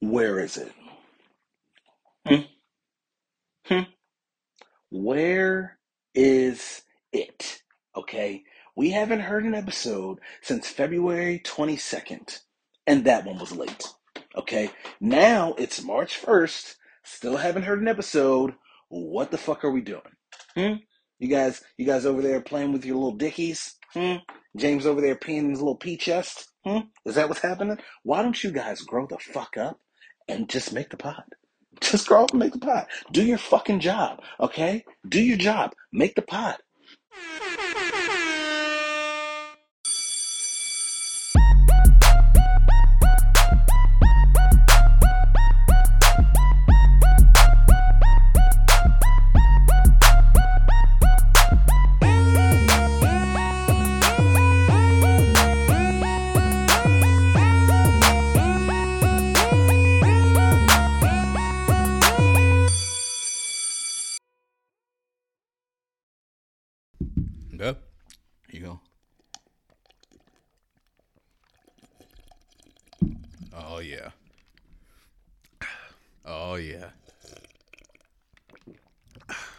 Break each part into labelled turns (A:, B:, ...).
A: Where is it? Hmm? Hmm? Where is it? Okay. We haven't heard an episode since February 22nd, and that one was late. Okay. Now it's March 1st. Still haven't heard an episode. What the fuck are we doing? Hmm? You guys, you guys over there playing with your little dickies? Hmm? James over there peeing in his little pee chest? Hmm? Is that what's happening? Why don't you guys grow the fuck up and just make the pod? Just grow up and make the pod. Do your fucking job, okay? Do your job. Make the pot.
B: Yep. Here you go. Oh yeah. Oh yeah.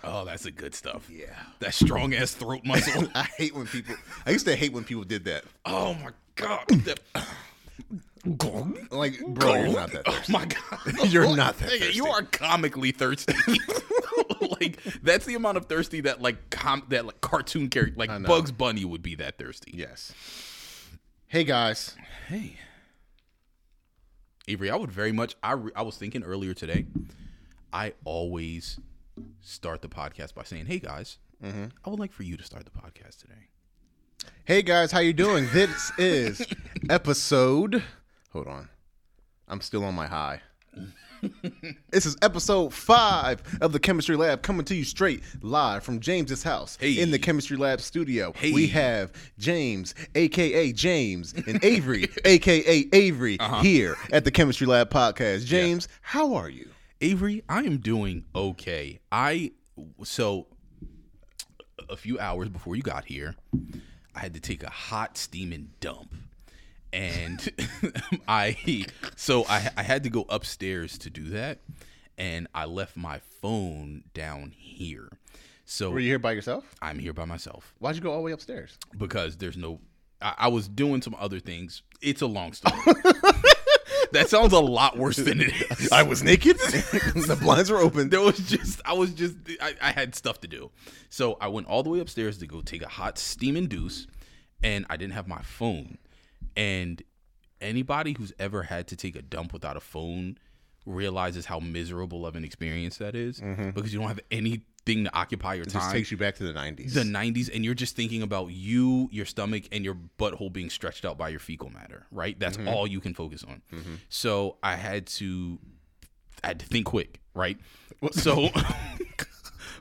B: Oh, that's the good stuff.
C: Yeah.
B: That strong ass throat muscle.
C: I hate when people. I used to hate when people did that.
B: Oh my god. That- Gong.
C: Like, bro, you're
B: Gong.
C: not that
B: Oh
C: thirsty.
B: my god.
C: You're not that
B: Nigga, You are
C: thirsty.
B: comically thirsty. like that's the amount of thirsty that like com- that like cartoon character
C: I
B: like
C: know.
B: Bugs Bunny would be that thirsty.
C: Yes. Hey guys.
B: Hey, Avery, I would very much. I re, I was thinking earlier today. I always start the podcast by saying, "Hey guys,
C: Mm-hmm.
B: I would like for you to start the podcast today."
C: Hey guys, how you doing? This is episode. Hold on. I'm still on my high. this is episode five of the Chemistry Lab coming to you straight live from James's house
B: Hey.
C: in the Chemistry Lab studio.
B: Hey.
C: We have James, aka James, and Avery, aka Avery,
B: Uh-huh.
C: here at the Chemistry Lab podcast. James, how are you?
B: Avery, I am doing okay. I so a few hours before you got here, I had to take a hot steaming dump. And I so I I had to go upstairs to do that and I left my phone down here.
C: Were
B: So
C: you here by yourself?
B: I'm here by myself
C: Why'd you go all the way upstairs?
B: because there's no I, I was doing some other things. It's a long story. that sounds a lot worse than it is.
C: I was naked. the blinds were open.
B: there was just I was just I, I had stuff to do. So I went all the way upstairs to go take a hot steaming deuce and I didn't have my phone. And anybody who's ever had to take a dump without a phone realizes how miserable of an experience that is, because you don't have anything to occupy your
C: It Mm-hmm. just
B: time.
C: takes you back to the 90s.
B: the 90s and you're just thinking about you your stomach and your butthole being stretched out by your fecal matter right that's all you can focus on so i had to I had to think quick, right? So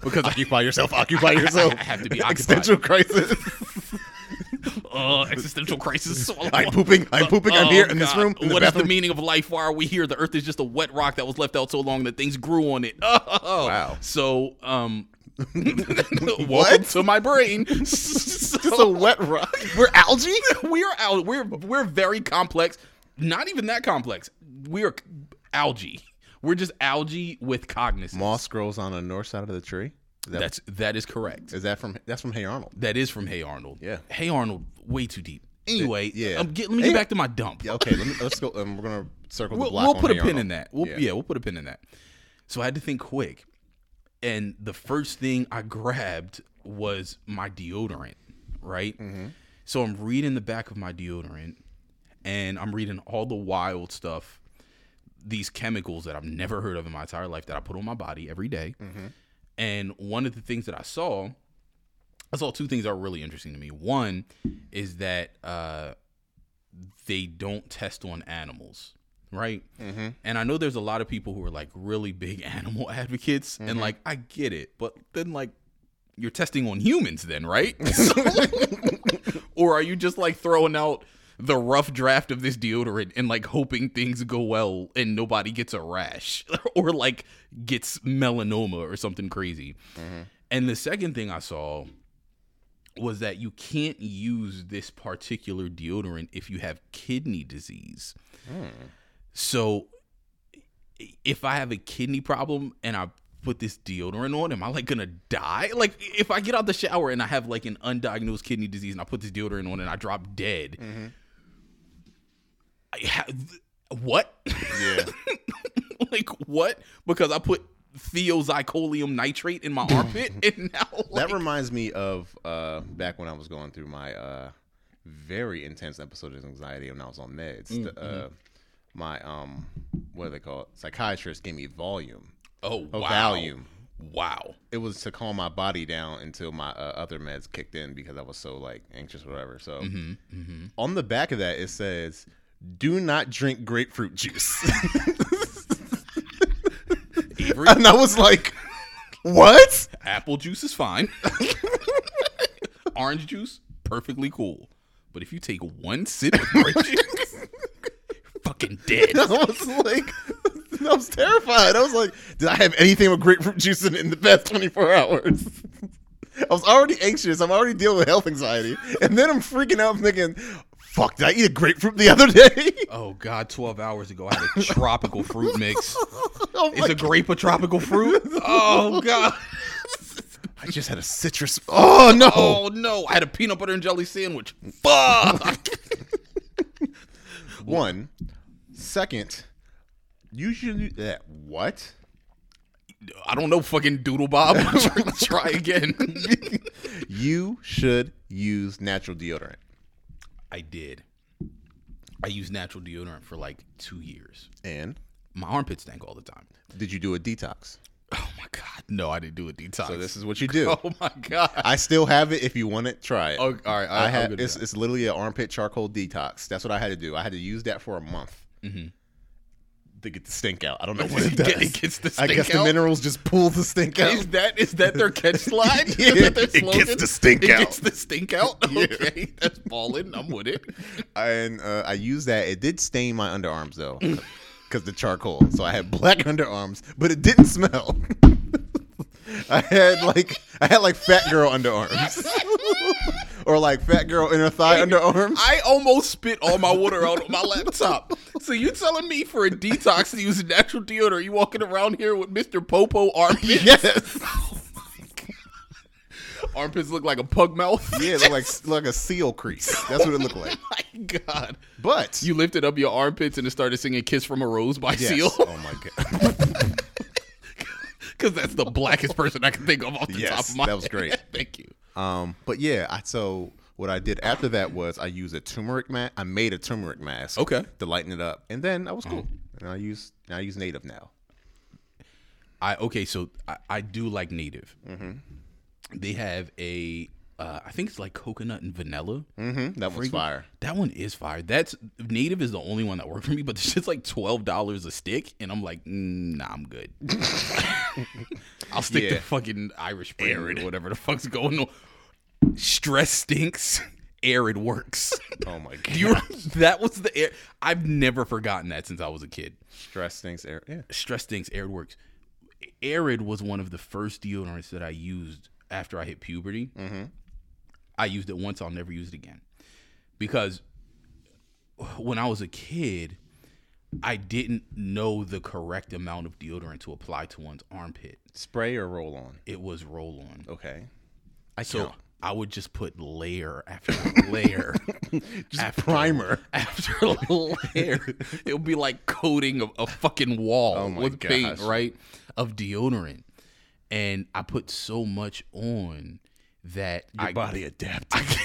B: because I,
C: occupy yourself, occupy yourself.
B: I have to be occupied.
C: Existential crisis.
B: uh, existential crisis.
C: I'm pooping. I'm pooping. I'm
B: Oh,
C: here in this
B: God.
C: room. In the
B: What is the
C: bathroom.
B: meaning of life? Why are we here? The Earth is just a wet rock that was left out so long that things grew on it. Oh.
C: Wow.
B: So, um, welcome
C: What?
B: to my brain.
C: It's a
B: so
C: wet rock. We're algae.
B: we are out. We're we're very complex. Not even that complex. We are algae. We're just algae with cognizance.
C: Moss grows on the north side of the tree. Is that,
B: That's that is correct.
C: is that from? That's from Hey Arnold.
B: That is from Hey Arnold.
C: Yeah.
B: Hey Arnold, way too deep. Anyway,
C: yeah.
B: um, get, let me get
C: Hey-
B: back to my dump.
C: Yeah. Okay. Let me, let's go. Um, we're gonna circle the
B: We'll,
C: block.
B: we'll
C: on
B: put a
C: hey
B: pin
C: Arnold.
B: in that. We'll,
C: Yeah.
B: yeah, we'll put a pin in that. So I had to think quick, and the first thing I grabbed was my deodorant, right? So I'm reading the back of my deodorant, and I'm reading all the wild stuff, these chemicals that I've never heard of in my entire life that I put on my body every day. And one of the things that I saw I saw two things that are really interesting to me. One is that uh, they don't test on animals, right?
C: Mm-hmm.
B: And I know there's a lot of people who are like really big animal advocates, and like I get it, but then like you're testing on humans, then right? So- or are you just like throwing out the rough draft of this deodorant and like hoping things go well and nobody gets a rash or like gets melanoma or something crazy? And the second thing I saw was that you can't use this particular deodorant if you have kidney disease. So if I have a kidney problem and I put this deodorant on, am I like gonna die? Like if I get out the shower and I have like an undiagnosed kidney disease and I put this deodorant on and I drop dead,
C: Mm-hmm.
B: I ha- th- what?
C: Yeah.
B: like what? Because I put theozycolium nitrate in my armpit and now like,
C: that reminds me of uh, back when I was going through my uh, very intense episode of anxiety when I was on meds.
B: Mm,
C: The, uh,
B: mm-hmm.
C: my um, what do they call it? Psychiatrist gave me volume.
B: oh
C: Oh,
B: wow
C: Valium.
B: wow
C: It was to calm my body down until my uh, other meds kicked in because I was so like anxious or whatever. So
B: Mm-hmm.
C: on the back of that it says, "Do not drink grapefruit juice."
B: Avery
C: and I was like, "What?"
B: apple juice is fine. Orange juice, perfectly cool. But if you take one sip of orange juice, you're fucking dead.
C: I was like, I was terrified. I was like, did I have anything with grapefruit juice in, in the past 24 hours? I was already anxious. I'm already dealing with health anxiety. And then I'm freaking out thinking, fuck, did I eat a grapefruit the other day?
B: Oh God, twelve hours ago I had a tropical fruit mix.
C: I'm
B: Is a
C: like,
B: grape a tropical fruit? Oh God.
C: I just had a citrus. Oh, no.
B: Oh no, I had a peanut butter and jelly sandwich. Oh, Fuck.
C: One. Second, usually that. what?
B: I don't know fucking doodle bob. Try again.
C: You should use natural deodorant.
B: I did. I used natural deodorant for like two years.
C: And
B: My armpits stank all the time.
C: did you do a detox?
B: Oh my god, no, I didn't do a detox.
C: So this is what you do.
B: Oh my god.
C: I still have it. If you want it, try it.
B: Oh, all right, I-
C: I
B: I'm
C: had
B: good with
C: it's,
B: that.
C: it's literally an armpit charcoal detox. That's what I had to do. I had to use that for a month to get the stink out. I don't know what it
B: It Mm-hmm. get-
C: does.
B: it gets the
C: I
B: stink
C: guess the
B: out?
C: minerals just pull the stink out.
B: Is that is that their catch slide? Is
C: Yeah,
B: that their
C: it gets
B: slogan?
C: the stink
B: It
C: out.
B: gets the stink out. Okay, that's balling. I'm with it.
C: And uh, I used that. It did stain my underarms though, because the charcoal. So I had black underarms, but it didn't smell. I had like I had like fat girl underarms, or like fat girl inner thigh underarms.
B: I almost spit all my water out on my laptop. So you telling me for a detox to use natural deodorant? You walking around here with Mr. Popo armpits?
C: yes.
B: Armpits look like a pug mouth.
C: Yeah, it looked like like a seal crease. That's what it looked like.
B: my God.
C: But
B: You lifted up your armpits and it started singing "Kiss from a Rose" by
C: Yes.
B: Seal.
C: Oh my god.
B: Because that's the blackest person I can think of off the
C: Yes,
B: top of my
C: that was
B: head.
C: great.
B: Thank you.
C: Um, but yeah, I so what I did after that was I used a turmeric mask. I made a turmeric mask.
B: Okay. Mm-hmm.
C: To lighten it up, and then I was cool. And I use and I use native now.
B: I okay, so I, I do like native. They have a, uh, I think it's like coconut and vanilla.
C: Mm-hmm. That was fire.
B: That one is fire. That's native is the only one that worked for me, but the shit's like twelve dollars a stick, and I'm like, mm, nah, I'm good. I'll stick
C: Yeah.
B: to fucking Irish bread or whatever the fuck's going on. Stress stinks. Arid works.
C: Oh my god.
B: Do you? that was the air. I've never forgotten that since I was a kid.
C: Stress things. Air. Yeah.
B: Stress stinks. Arid works. Arid was one of the first deodorants that I used after I hit puberty.
C: Mm-hmm.
B: I used it once. I'll never use it again because when I was a kid, I didn't know the correct amount of deodorant to apply to one's armpit.
C: Spray or roll on.
B: It was roll on.
C: Okay. I
B: So
C: count.
B: I would just put layer after layer.
C: just primer.
B: after layer. It would be like coating a, a fucking wall
C: Oh my
B: with paint,
C: gosh.
B: right? Of deodorant. And I put so much on that I,
C: adapted,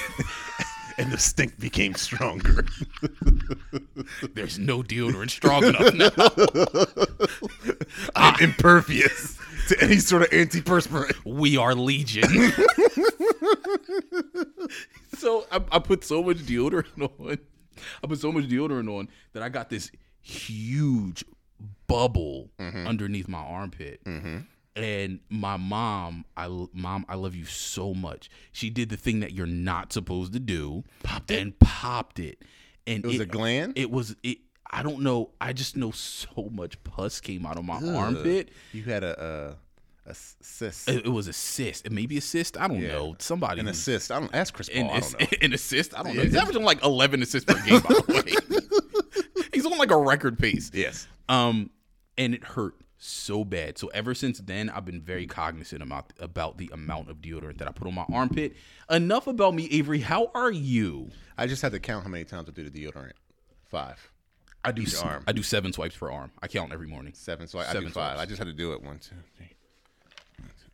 C: and the stink became stronger.
B: there's no deodorant strong enough now.
C: I'm impervious to any sort of antiperspirant.
B: We are legion. so I, I put so much deodorant on. I put so much deodorant on that I got this huge bubble underneath my armpit.
C: Mm-hmm.
B: And my mom, I l- mom, I love you so much. She did the thing that you're not supposed to do, popped and popped it. And it
C: was a gland?
B: It was it. I don't know. I just know so much pus came out of my armpit.
C: You had a uh, a s- cyst.
B: It, it was a cyst. It maybe a cyst. I don't know. Somebody
C: an
B: was-
C: assist. I don't ask Chris Paul.
B: an,
C: I
B: ass-
C: don't know.
B: an assist. I Oh, don't know. He's averaging like eleven assists per game. By the way, he's on like a record pace.
C: Yes.
B: Um, and it hurt so bad. So ever since then, I've been very cognizant about about the amount of deodorant that I put on my armpit. Enough about me, Avery. How are you?
C: I just had to count how many times I do the deodorant. Five,
B: I do. s-
C: arm.
B: I do seven swipes per arm. I count every morning.
C: seven. So I, I do
B: Seven
C: five.
B: times.
C: I just had to do it one, two, three.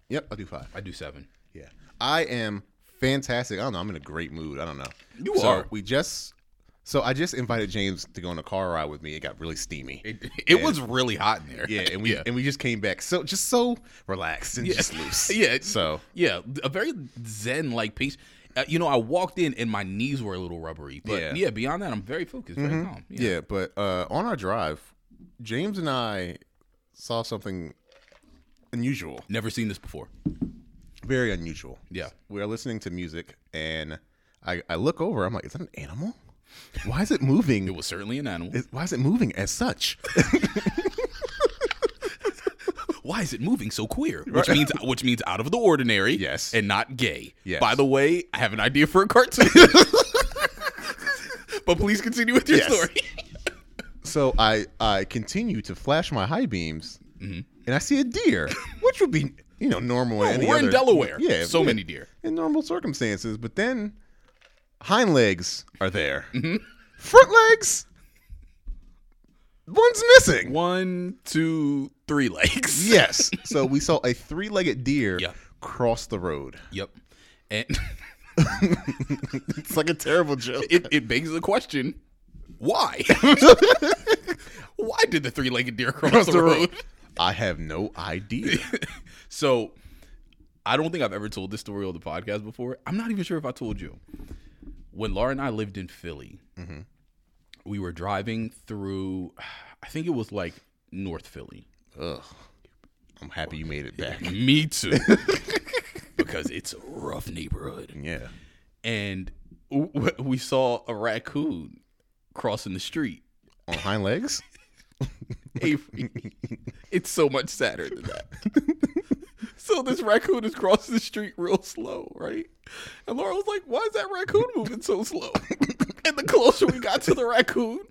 C: Yep, I do five.
B: I do seven.
C: Yeah. I am fantastic. I don't know. I'm in a great mood. I don't know.
B: You
C: So
B: are.
C: We just. So I just invited James to go on a car ride with me. It got really steamy.
B: It, it was really hot in there.
C: yeah, and we and we just came back so just so relaxed and just loose.
B: Yeah.
C: So
B: Yeah, a very zen like piece. Uh, you know, I walked in and my knees were a little rubbery, but yeah, Mm-hmm.
C: Yeah.
B: beyond that, I'm very focused, very calm.
C: yeah, but uh, on our drive, James and I saw something unusual.
B: never seen this before.
C: very unusual.
B: Yeah.
C: We are listening to music and I, I look over, I'm like, is that an animal? Why is it moving?
B: It was certainly an animal.
C: Is- Why is it moving as such?
B: Why is it moving so queer? Which means which means out of the ordinary.
C: Yes.
B: and not gay.
C: Yes.
B: By the way, I have an idea for a cartoon. but please continue with your
C: Yes.
B: story.
C: so I, I continue to flash my high beams
B: Mm-hmm.
C: and I see a deer, which would be, you know, normal. in any
B: We're in
C: other-
B: Delaware.
C: Yeah.
B: so
C: yeah,
B: many deer.
C: In normal circumstances. But then hind legs are there,
B: Mm-hmm.
C: front legs, one's missing.
B: One, two, three legs.
C: Yes. So we saw a three-legged deer
B: Yeah.
C: cross the road.
B: Yep. And
C: It's like a terrible joke.
B: it, it begs the question why? why did the three legged deer cross, the, road?
C: I have no idea.
B: So I don't think I've ever told this story on the podcast before. I'm not even sure if I told you. When Laura and I lived in Philly, we were driving through, I think it was like North Philly.
C: Ugh. I'm happy you made it back.
B: Me too. because it's a rough neighborhood.
C: Yeah.
B: And w- w- we saw a raccoon crossing the street.
C: On hind legs?
B: Avery. it's so much sadder than that. so this raccoon is crossing the street real slow, right? And Laura was like, "Why is that raccoon moving so slow?" and the closer we got to the raccoon,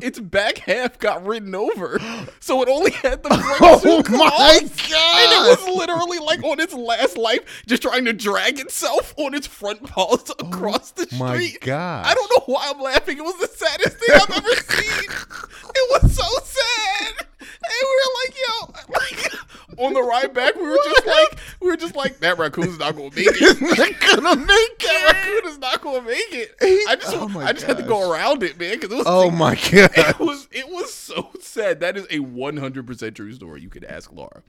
B: its back half got ridden over, so it only had the front two claws. And it was literally like on its last life, just trying to drag itself on its front paws across the street.
C: my gosh.
B: I don't know why I'm laughing. It was the saddest thing I've ever seen. It was so sad. And we were like, yo, like on the ride back, we were just like, we were just like, that raccoon's not gonna make it.
C: gonna make
B: That raccoon is not gonna make it. I just,
C: Oh my
B: I just had to go
C: gosh.
B: around it, man, because it was.
C: Oh my god.
B: It was it was so sad. That is a 100% true story. You could ask Laura.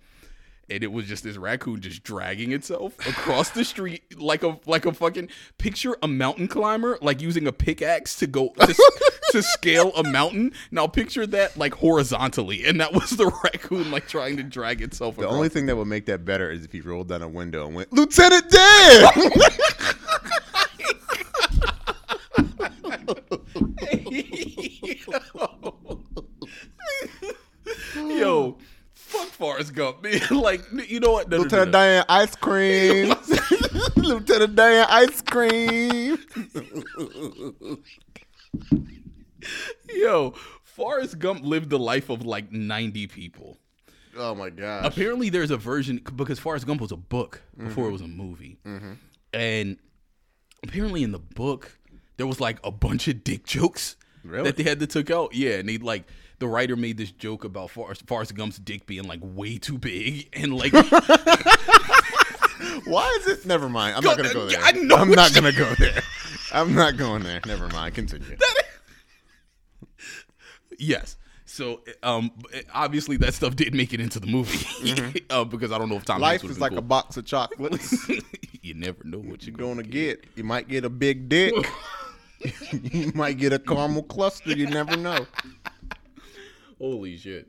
B: And it was just this raccoon just dragging itself across the street like a like a fucking picture a mountain climber like using a pickaxe to go to, s- to scale a mountain. Now picture that like horizontally, and that was the raccoon like trying to drag itself.
C: The
B: across.
C: only thing that would make that better is if he rolled down a window and went, Lieutenant Dan!
B: Yo, fuck Forrest Gump, man. Like you know what? No, no, no,
C: Lieutenant
B: no.
C: Dan ice cream! Lieutenant Dan ice cream!
B: Yo, Forrest Gump lived the life of like 90 people.
C: Oh my gosh.
B: Apparently, there's a version because Forrest Gump was a book before it was a movie.
C: Mm-hmm.
B: And apparently, in the book, there was like a bunch of dick jokes
C: Really?
B: that they had to took out. Yeah, and they like the writer made this joke about Forrest, Forrest Gump's dick being like way too big and like
C: Uh, Why is it? Never mind. I'm not gonna go there.
B: I know
C: I'm
B: what
C: not
B: you-
C: gonna go there. I'm not going there. Never mind. Continue.
B: Yes. So, um, obviously that stuff did make it into the movie uh, because I don't know if Tom
C: Mm-hmm. Life
B: Hanks would've
C: is
B: been
C: like a
B: cool.
C: box of chocolates.
B: you never know what you're
C: You're
B: going
C: gonna get. You might get a big dick. you might get a caramel cluster. You never know.
B: to. Holy shit!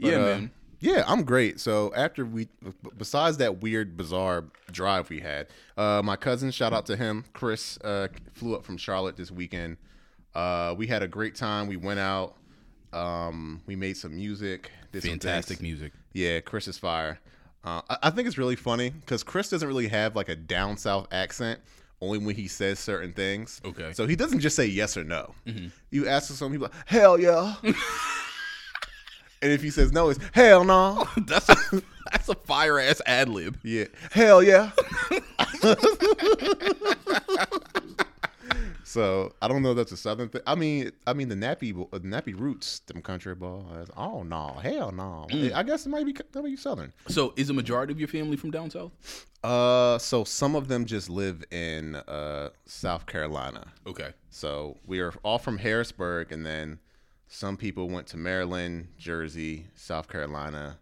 C: But,
B: yeah,
C: uh,
B: man.
C: Yeah, I'm great. So after we, b- besides that weird, bizarre drive we had, uh, my cousin, shout out to him, Chris, uh, flew up from Charlotte this weekend. Uh, we had a great time. We went out. Um, we made some music. did some things.
B: Fantastic music.
C: Yeah, Chris is fire. Uh, I, I think it's really funny because Chris doesn't really have like a down south accent. Only when he says certain things.
B: Okay.
C: So he doesn't just say yes or no. You ask him something, he's like, "Hell yeah," And if he says no, it's hell no.
B: That's a, that's a fire ass ad lib.
C: Yeah. Hell yeah. so I don't know if that's a southern thing. I mean, I mean the nappy, bo- uh, nappy roots, them country boys. Oh no, hell no. I guess it might be that might be southern.
B: So, is a majority of your family from down south?
C: Uh, so some of them just live in uh South Carolina.
B: Okay.
C: So we are all from Harrisburg, and then some people went to Maryland, Jersey, South Carolina.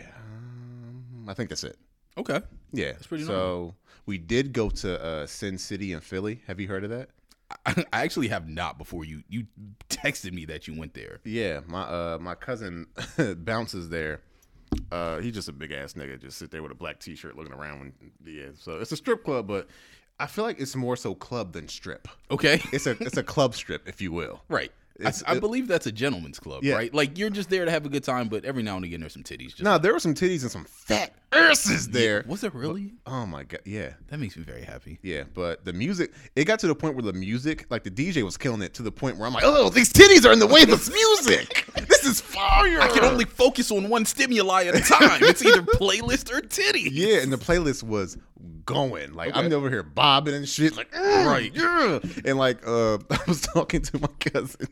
C: Um, I think that's it.
B: Okay.
C: Yeah,
B: pretty
C: so we did go to uh, Sin City in Philly. Have you heard of that?
B: I, I actually have not before you. You texted me that you went there.
C: Yeah, my uh, my cousin bounces there. Uh, he's just a big ass nigga, just sit there with a black t shirt, looking around. When, yeah, so it's a strip club, but I feel like it's more so club than strip.
B: Okay.
C: It's a it's a club strip, if you will.
B: Right. I,
C: It's-
B: I believe that's a gentleman's club,
C: Yeah.
B: right? Like you're just there to have a good time, but every now and again there's some titties. Just,
C: No, there were some titties and some fat asses there.
B: Was it really?
C: Oh my god, yeah.
B: That makes me very happy.
C: Yeah, but the music, it got to the point where the music, like the DJ was killing it to the point where I'm like, oh, these titties are in the way of this music. This is fire.
B: I can only focus on one stimuli at a time. It's either playlist or titty.
C: Yeah, and the playlist was going. Like I'm
B: Okay.
C: over here bobbing and shit. Like "Mm,
B: Right.
C: yeah. And like uh, I was talking to my cousin.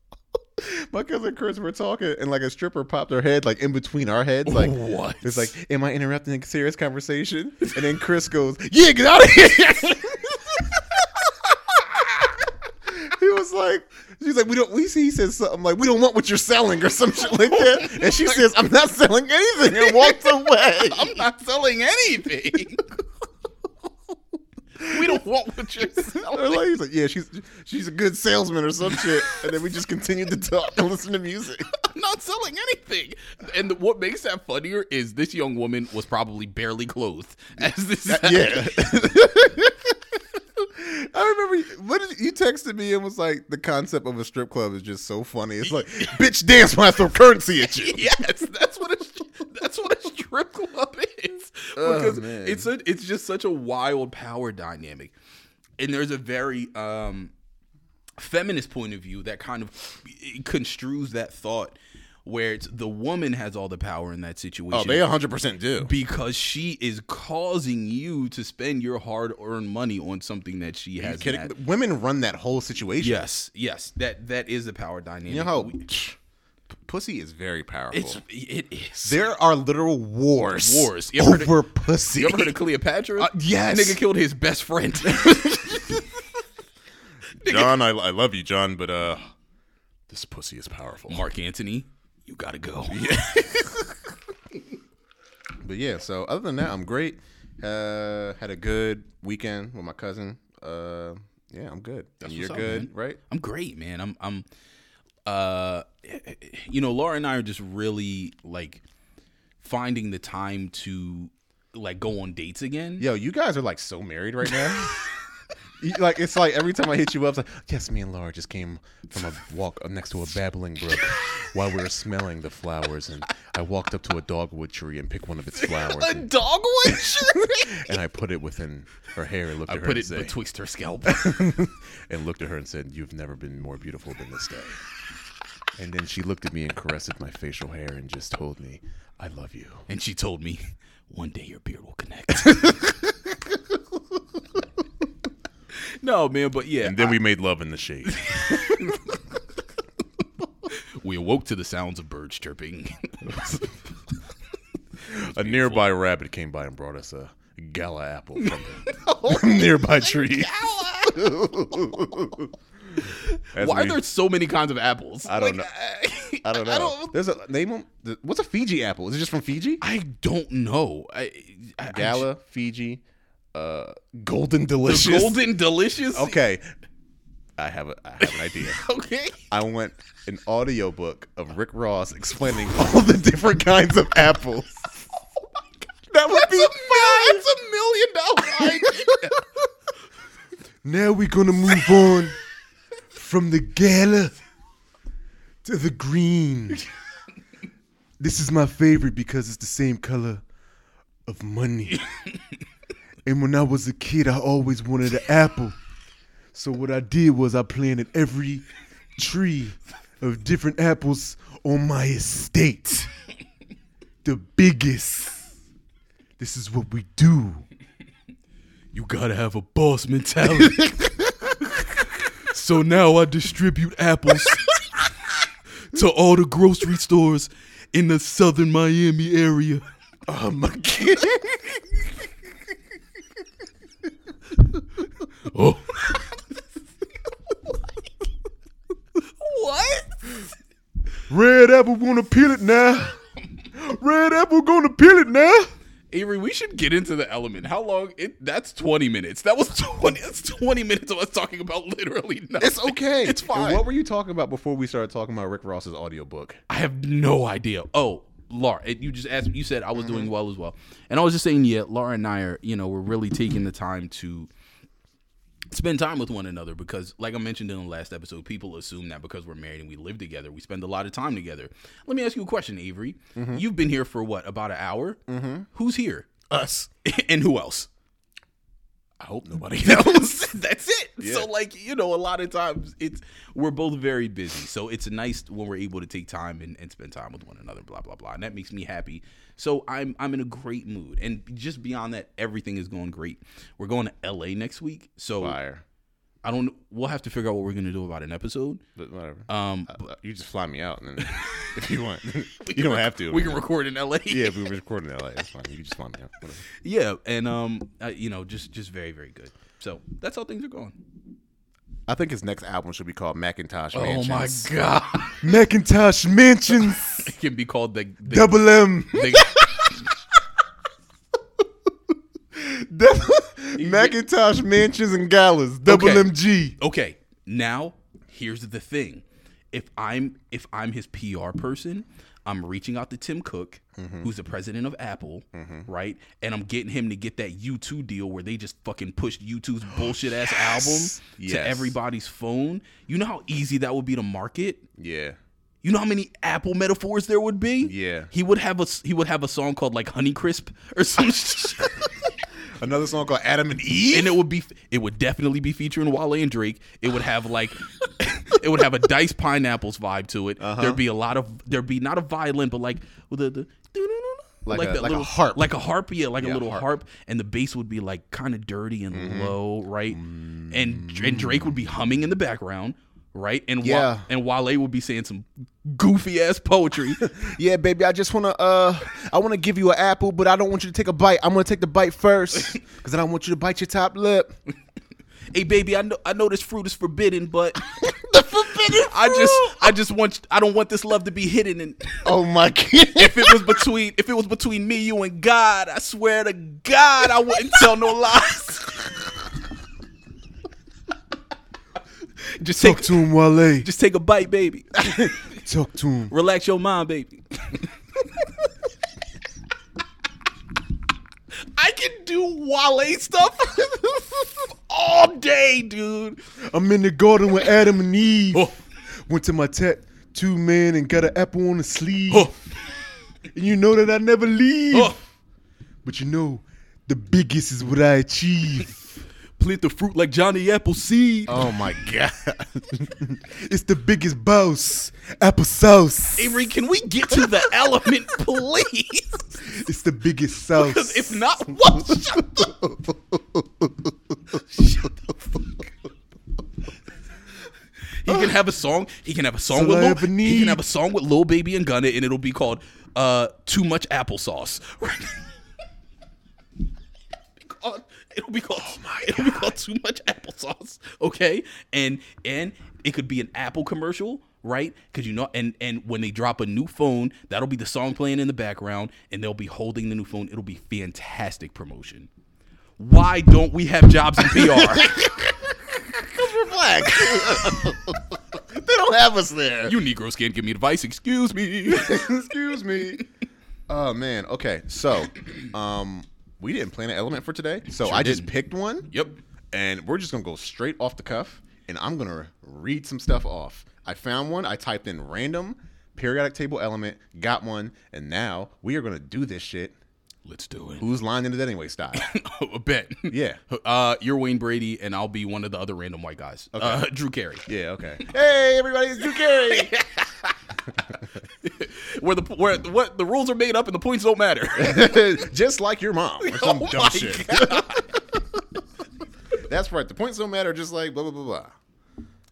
C: my cousin Chris were talking, and like a stripper popped her head like in between our heads. Like
B: What?
C: It's like, am I interrupting a serious conversation? And then Chris goes, "Yeah, get out of here." He was like, she's like, we don't. We see, he says something like, we don't want what you're selling or some shit like that. And she says, I'm not selling anything, and walks away.
B: I'm not selling anything. we don't want what you're
C: They're
B: selling.
C: like, he's like, yeah, she's she's a good salesman or some shit. And then we just continued to talk and listen to music.
B: I'm not selling anything. And the, what makes that funnier is this young woman was probably barely clothed as this.
C: Yeah. I remember what did you, you texted me and was like, the concept of a strip club is just so funny. It's like, bitch, dance when I throw currency at you.
B: yes, that's what a that's what a strip club is
C: Oh,
B: because
C: man.
B: it's a it's just such a wild power dynamic, and there's a very um feminist point of view that kind of construes that thought where it's the woman has all the power in that situation.
C: Oh, they 100% do.
B: because she is causing you to spend your hard-earned money on something that she
C: You
B: has.
C: kidding?
B: not-
C: Women run that whole situation.
B: Yes, yes, that that is the power dynamic.
C: You know how p- pussy is very powerful.
B: it's it is.
C: there are literal wars,
B: Wars. You ever heard of-
C: over pussy.
B: You ever heard of Cleopatra?
C: Uh, yes.
B: Nigga killed his best friend. Nigga,
C: John, I, I love you, John, but uh, this pussy is powerful.
B: Mark Antony, you gotta go.
C: But yeah, so other than that, I'm great. Uh, had a good weekend with my cousin. Uh, yeah, I'm good. And you're
B: what's up,
C: good,
B: man.
C: right?
B: I'm great, man. I'm I'm uh you know, Laura and I are just really like finding the time to like go on dates again.
C: Yo, you guys are like so married right now. You- like it's like every time I hit you up, it's like yes, me and Laura just came from a walk up next to a babbling brook while we were smelling the flowers, and I walked up to a dogwood tree and picked one of its flowers, and,
B: dogwood
C: and I put it within her hair and looked
B: I
C: at her
B: put
C: and
B: it
C: said-
B: betwixt her scalp.
C: and looked at her and said, "You've never been more beautiful than this day." And then she looked at me and caressed my facial hair and just told me, "I love you."
B: and she told me, one day your beard will connect. no, man, but yeah.
C: And then we made love in the shade.
B: We awoke to the sounds of birds chirping.
C: a nearby rabbit came by and brought us a gala apple from the nearby tree. As
B: Why
C: we-
B: are there so many kinds of apples?
C: I don't
B: know.
C: I don't know. There's a name 'em- the- What's a Fiji apple? Is it just from Fiji?
B: I don't know. I, I, I-
C: Gala, Fiji, uh, Golden Delicious.
B: golden delicious.
C: Okay, I have a I have an idea.
B: Okay.
C: I want an audiobook of Rick Ross explaining all the different kinds of apples.
B: Oh
C: That would be
B: That's a million dollar idea.
C: Now we're gonna move on from the gala to the green. This is my favorite because it's the same color of money. and when I was a kid, I always wanted an apple. So what I did was I planted every tree of different apples on my estate. the biggest. This is what we do.
B: You gotta have a boss mentality. so now I distribute apples to all the grocery stores in the southern Miami area.
C: Oh my god.
B: Oh,
C: Red apple wanna peel it now. Red apple gonna peel it now.
B: Avery, we should get into the element. How long? It that's twenty minutes. That was twenty. That's twenty minutes of us talking about literally nothing.
C: It's okay.
B: It's
C: And
B: fine.
C: what were you talking about before we started talking about Rick Ross's audiobook?
B: I have no idea. Oh, Laura, it- you just asked. You said I was doing well as well, and I was just saying, yeah, Laura and I are, you know, we're really taking the time to spend time with one another because, like I mentioned in the last episode, people assume that because we're married and we live together, we spend a lot of time together. Let me ask you a question, Avery. You've been here for what about an hour? Mm-hmm. Who's here? Us and who else? I hope nobody knows. That's it. So like, you know, a lot of times it's we're both very busy. So it's nice when we're able to take time and, and spend time with one another, blah, blah, blah. And that makes me happy. So I'm I'm in a great mood. And just beyond that, everything is going great. We're going to LA next week. So
C: Fire.
B: I don't we'll have to figure out what we're gonna do about an episode.
C: But whatever.
B: Um
C: Uh, you just fly me out and then if you want. you don't have to.
B: we can record in LA.
C: yeah, if we were recording in LA, it's fine. You can just fly me out. Whatever.
B: Yeah, and um uh, you know, just just very, very good. So that's how things are going.
C: I think his next album should be called Macintosh
B: Oh
C: Mansions.
B: my god.
C: Macintosh Mansions
B: it can be called the, the
C: Double M.
B: the-
C: Macintosh Mansions and Galas. Double
B: Okay.
C: MG.
B: okay now here's the thing if i'm if i'm his pr person i'm reaching out to tim cook who's the president of apple right and i'm getting him to get that u2 deal where they just fucking pushed u2's bullshit ass album to
C: Yes.
B: everybody's phone you know how easy that would be to market
C: Yeah.
B: you know how many Apple metaphors there would be?
C: Yeah.
B: he would have a s- he would have a song called like Honey Crisp or some shit.
C: Another song called Adam and Eve.
B: and it would be it would definitely be featuring Wale and Drake. It would have like it would have a diced pineapples vibe to it.
C: Uh-huh.
B: There'd be a lot of there'd be not a violin, but like with the, the
C: Like a-
B: that
C: like a
B: little
C: harp.
B: like a harp, yeah, like a
C: Yeah,
B: little harp.
C: harp. Mm-hmm.
B: and the bass would be like kind of dirty and low, right?
C: Mm.
B: And and Drake would be humming in the background, right? And Wa-
C: Yeah.
B: and Wale would be saying some goofy ass poetry.
C: yeah, baby, I just wanna uh I wanna give you an apple, but I don't want you to take a bite. I'm gonna take the bite first. Cause then I want you to bite your top lip.
B: hey baby, I know I know this fruit is forbidden, but the forbidden. I just I just want I don't want this love to be hidden and.
C: Oh my god.
B: if it was between if it was between me, you and God, I swear to God, I wouldn't tell no lies. just take
C: to him, Wale.
B: just take a bite, baby.
C: Talk to him.
B: Relax your mind, baby. I can do Wale stuff all day, dude.
C: I'm in the garden with Adam and Eve.
B: Oh.
C: Went to my tattoo man and got an apple on the sleeve. And you know that I never leave. But you know, the biggest is what I achieve.
B: Plant the fruit like Johnny Appleseed.
C: oh my god. it's the biggest boss. Applesauce.
B: Avery, can we get to the element, please?
C: It's the biggest sauce.
B: Because if not, what? Shut the, shut the fuck up. He can have a song. He can have a song
C: So
B: with
C: I
B: Lil,
C: have a
B: He can
C: need.
B: have a song with Lil Baby and Gunna, and it'll be called uh, "Too Much Applesauce." called- It'll be called. it'll be called too much applesauce. Okay, and and it could be an Apple commercial, right? Because you know, and and when they drop a new phone, that'll be the song playing in the background, and they'll be holding the new phone. It'll be fantastic promotion. Why don't we have jobs in PR?
C: black. they don't have us there.
B: you Negroes can't give me advice. Excuse me.
C: Excuse me. Oh man. Okay. So, um, we didn't plan an element for today, so I just picked one.
B: yep.
C: And we're just gonna go straight off the cuff, and I'm gonna read some stuff off. I found one. I typed in random periodic table element, got one, and now we are gonna do this shit
B: Let's do it.
C: Who's lining it anyway, style?
B: a bet.
C: Yeah.
B: Uh, you're Wayne Brady, and I'll be one of the other random white guys. Uh, Drew Carey.
C: Yeah, okay. Hey, everybody, it's Drew Carey.
B: Where the where what the rules are made up and the points don't matter.
C: Just like your mom. Or some
B: Oh my
C: dumb shit. That's right. The points don't matter, just like blah, blah, blah, blah.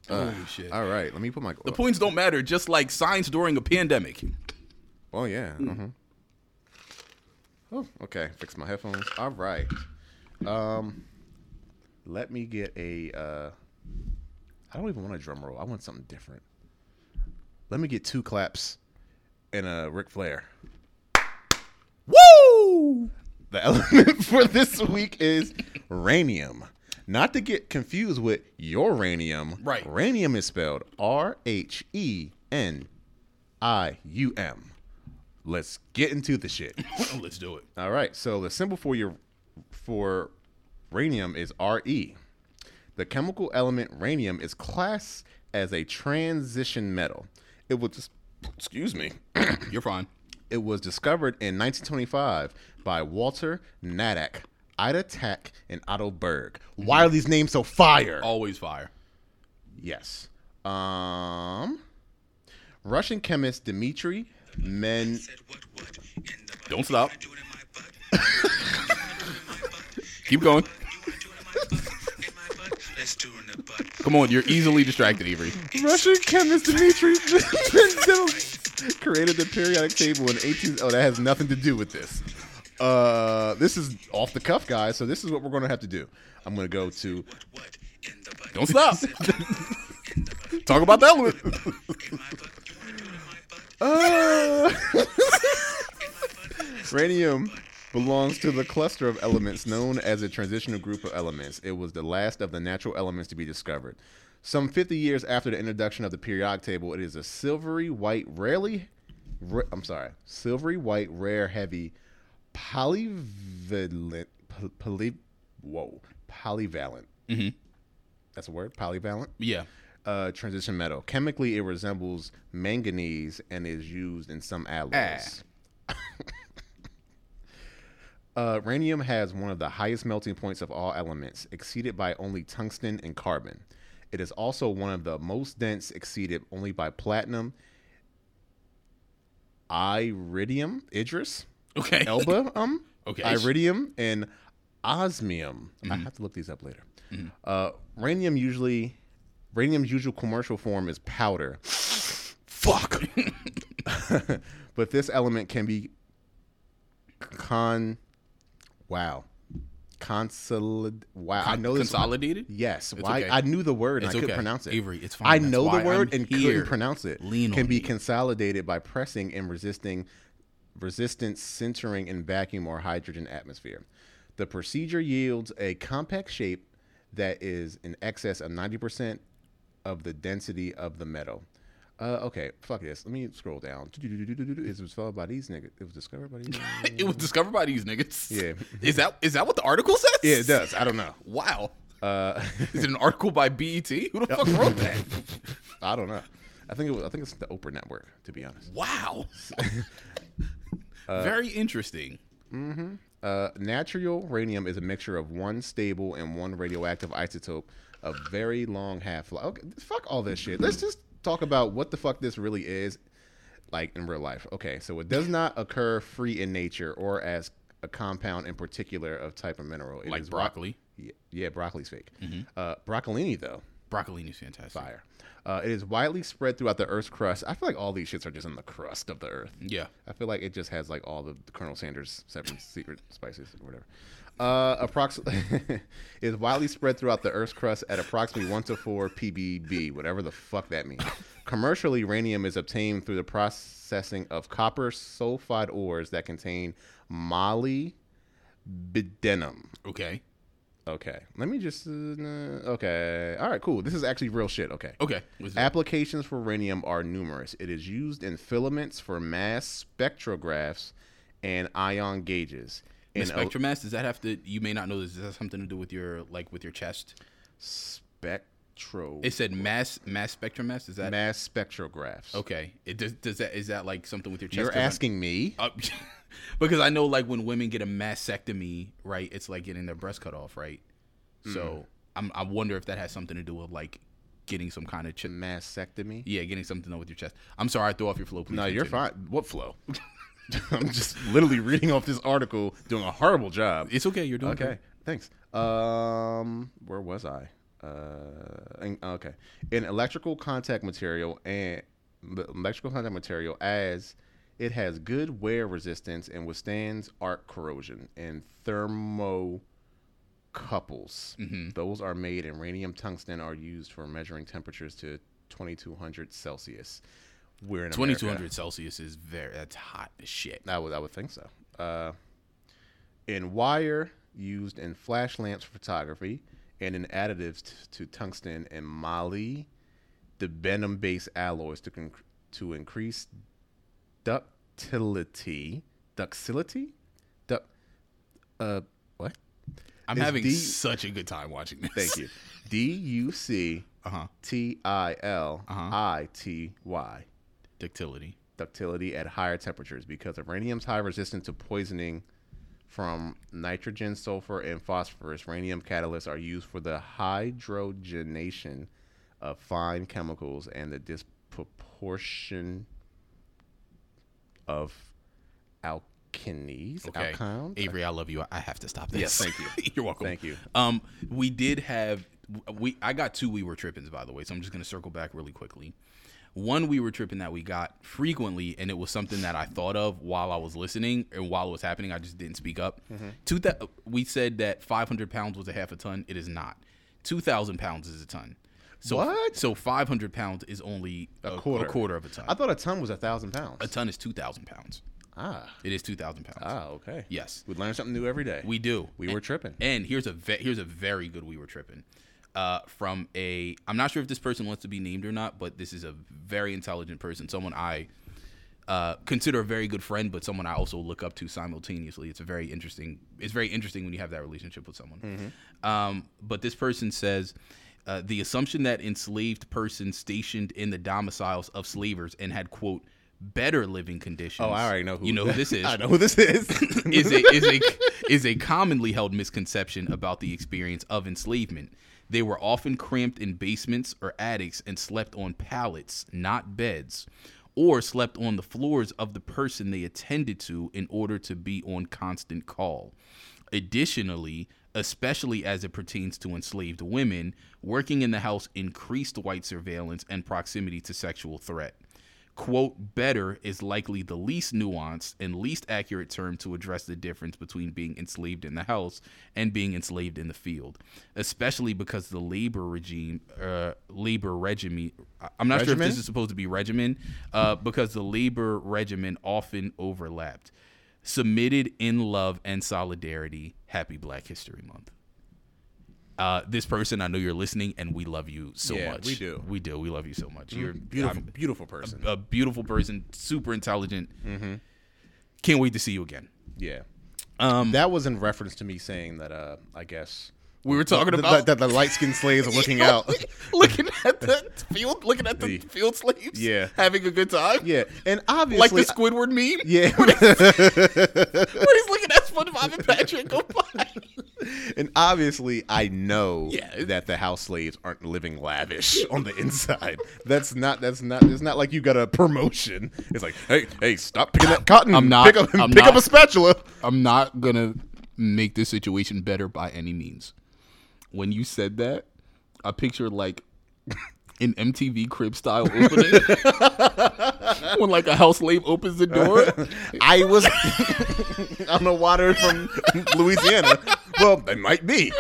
B: Holy shit.
C: All right, let me put my.
B: The points don't matter, just like signs during a pandemic.
C: Oh yeah. hmm Oh, okay. Fix my headphones. All right. Um, let me get a. Uh, I don't even want a drum roll. I want something different. Let me get two claps and a Ric Flair.
B: Woo!
C: The element for this week is ranium. Not to get confused with uranium.
B: Right.
C: Ranium is spelled R H E N I U M. Let's get into the shit.
B: Let's do it.
C: All right. So the symbol for your for rhenium is Re. The chemical element rhenium is classed as a transition metal. It was just, excuse me.
B: You're fine.
C: It was discovered in 1925 by Walter Natick, Ida Tech, and Otto Berg. Why are these names so fire?
B: Always fire.
C: Yes. Um, Russian chemist Dmitry Men.
B: Don't stop. Keep going. Come on, you're easily distracted, Avery.
C: Russian chemist Dmitry Mendel created the periodic table in 18. Oh, that has nothing to do with this. Uh, this is off the cuff, guys. So this is what we're gonna have to do. I'm gonna go to.
B: Don't stop. Talk about that one.
C: Uh, Radium belongs to the cluster of elements known as a transitional group of elements. It was the last of the natural elements to be discovered. Some 50 years after the introduction of the periodic table, it is a silvery white, rarely, ra- I'm sorry, silvery white, rare, heavy, polyvalent, po- poly, whoa, polyvalent. Mm-hmm. That's a word, polyvalent
B: Yeah.
C: uh, transition metal. Chemically, it resembles manganese and is used in some alloys. uh, rhenium has one of the highest melting points of all elements, exceeded by only tungsten and carbon. It is also one of the most dense, exceeded only by platinum, iridium, Idris,
B: Okay.
C: Elba, um,
B: Okay. Mm-hmm.
C: iridium, and osmium. I have to look these up later. Uh, rhenium usually, rhenium's usual commercial form is powder,
B: Fuck.
C: but this element can be con. Wow, consolid. Wow, I know this.
B: Consolidated.
C: Yes,
B: It's
C: why
B: okay.
C: I knew the word and
B: It's
C: I couldn't
B: okay.
C: pronounce it.
B: Avery, it's fine.
C: I
B: That's
C: know
B: why
C: the word
B: I'm
C: and
B: here.
C: couldn't pronounce it.
B: Lean
C: Can
B: on
C: be
B: me.
C: consolidated by pressing and resisting resistance centering in vacuum or hydrogen atmosphere. The procedure yields a compact shape that is in excess of 90% of the density of the metal. Uh, okay, fuck this. Let me scroll down. It was followed by these niggas. It was discovered by these niggas.
B: It was discovered by these niggas.
C: Yeah.
B: Is that is that what the article says?
C: Yeah, it does. I don't know.
B: Wow.
C: Uh,
B: Is it an article by BET? Who the fuck wrote that?
C: I don't know. I think it was, I think it's the Oprah Network, to be honest.
B: Wow. Very interesting.
C: Uh, natural uranium is a mixture of one stable and one radioactive isotope of very long half life. Okay, fuck all this shit. Let's just talk about what the fuck this really is, like in real life. Okay, so it does not occur free in nature or as a compound in particular of type of mineral. It
B: Like
C: is ro-
B: broccoli. Mm-hmm.
C: Yeah, yeah, broccoli's fake. Uh, broccolini though,
B: Broccolini's fantastic.
C: fire. Uh, it is widely spread throughout the Earth's crust. I feel like all these shits are just in the crust of the Earth.
B: Yeah.
C: I feel like it just has like all the Colonel Sanders seven secret spices or whatever. Uh, approximately is widely spread throughout the Earth's crust at approximately one to four ppb, whatever the fuck that means. Commercially, uranium is obtained through the processing of copper sulfide ores that contain molybdenum.
B: Okay.
C: Okay, let me just. Uh, okay, all right, cool. This is actually real shit. Okay.
B: Okay. Was-
C: Applications for rhenium are numerous. It is used in filaments for mass spectrographs and ion gauges.
B: the
C: And
B: spectrum mass, does that have to you may not know this, does that have something to do with your like with your chest?
C: spectrum spectro
B: It said mass mass spectrum mass. Is that
C: mass spectrographs.
B: okay? It does, does that is that like something with your chest?
C: You're
B: 'Cause I-
C: asking me?
B: Uh, because I know like when women get a mastectomy, right? It's like getting their breast cut off, right?
C: Mm.
B: So I'm, I wonder if that has something to do with like getting some kind of
C: Mm.
B: chest.
C: Mastectomy?
B: Yeah, getting something done with your chest. I'm sorry, I threw off your flow. Please.
C: No, you're
B: continue.
C: fine. What flow? I'm just literally reading off this article, doing a horrible job.
B: It's okay. You're doing okay.
C: Okay, thanks. Um, where was I? Uh, in- okay, in electrical contact material and the electrical contact material as it has good wear resistance and withstands arc corrosion and thermocouples.
B: Mm-hmm.
C: Those are made in radium tungsten are used for measuring temperatures to 2200 Celsius. We're in America.
B: 2200 Celsius is very. That's hot as shit.
C: I would, I would think so. Uh, in wire used in flash lamps for photography, and in additives t- to tungsten and moly, the benum based alloys to con- to increase ductility, ductility, duct. Uh, what?
B: I'm
C: It's
B: having
C: the-
B: such a good time watching this.
C: Thank you. D U C
B: Uh huh.
C: T I L I T Y.
B: Ductility.
C: ductility at higher temperatures because uranium's high resistance to poisoning from nitrogen, sulfur, and phosphorus. Rhenium catalysts are used for the hydrogenation of fine chemicals and the disproportion of alkenes.
B: Okay.
C: Alkynes?
B: Avery, I love you. I- I have to stop this.
C: Yes, thank you.
B: You're welcome.
C: Thank you.
B: Um, we did have we I got two we were trippins by the way, so I'm just gonna circle back really quickly. One we were tripping that we got frequently, and it was something that I thought of while I was listening and while it was happening. I just didn't speak up.
C: Mm-hmm.
B: Two thou- we said that 500 pounds was a half a ton. It is not. 2,000 pounds is a ton. So,
C: What?
B: So 500 pounds is only a, a quarter.
C: quarter.
B: of a ton.
C: I thought a ton was a thousand pounds.
B: a ton is 2,000 pounds.
C: ah,
B: It is 2,000 pounds.
C: ah, okay.
B: Yes.
C: we learn something new every day.
B: We do.
C: we were tripping.
B: And here's a ve- here's a very good we were tripping. Uh, from a I'm not sure if this person wants to be named or not, but this is a very intelligent person, someone I uh, consider a very good friend, but someone I also look up to simultaneously. It's a very interesting. It's very interesting when you have that relationship with someone.
C: Mm-hmm.
B: Um, but this person says. Uh, the assumption that enslaved persons stationed in the domiciles of slavers and had quote better living conditions.
C: oh, I already know who
B: you know who this is
C: I know who this is.
B: is a is a is a commonly held misconception about the experience of enslavement. They were often cramped in basements or attics and slept on pallets, not beds, or slept on the floors of the person they attended to in order to be on constant call. Additionally, especially as it pertains to enslaved women, working in the house increased white surveillance and proximity to sexual threat quote better is likely the least nuanced and least accurate term to address the difference between being enslaved in the house and being enslaved in the field especially because the labor regime uh, labor regime I- i'm not sure if
C: Regimen?
B: this is supposed to be regimen uh, because the labor regimen often overlapped submitted in love and solidarity happy black history month uh, this person, I know you're listening, and we love you so
C: Yeah,
B: much.
C: we do. Mm-hmm.
B: we do, we love you so much. You're
C: beautiful,
B: I'm-
C: beautiful person.
B: a beautiful person, super intelligent. Can't wait to see you again.
C: Yeah.
B: Um,
C: That was in reference to me saying that, uh, I guess.
B: We were talking
C: the,
B: about
C: the, the, light skinned slaves are looking out.
B: looking at the field, looking at the
C: The-
B: field slaves,
C: yeah.
B: having a good time,
C: Yeah. And
B: like
C: obviously.
B: the Squidward meme,
C: yeah.
B: where he's looking at SpongeBob and Patrick go by.
C: and obviously, I know
B: Yeah.
C: that the house slaves aren't living lavish on the inside. That's not, that's not, it's not like you got a promotion. It's like, hey, hey, stop picking that cotton.
B: I'm not-
C: Pick up,
B: I'm
C: pick
B: not.
C: up a spatula.
B: I'm not gonna make this situation better by any means. When you said that, I pictured like an MTV crib style opening when like a house slave opens the door
C: I was on the water from Louisiana. Well, they might be.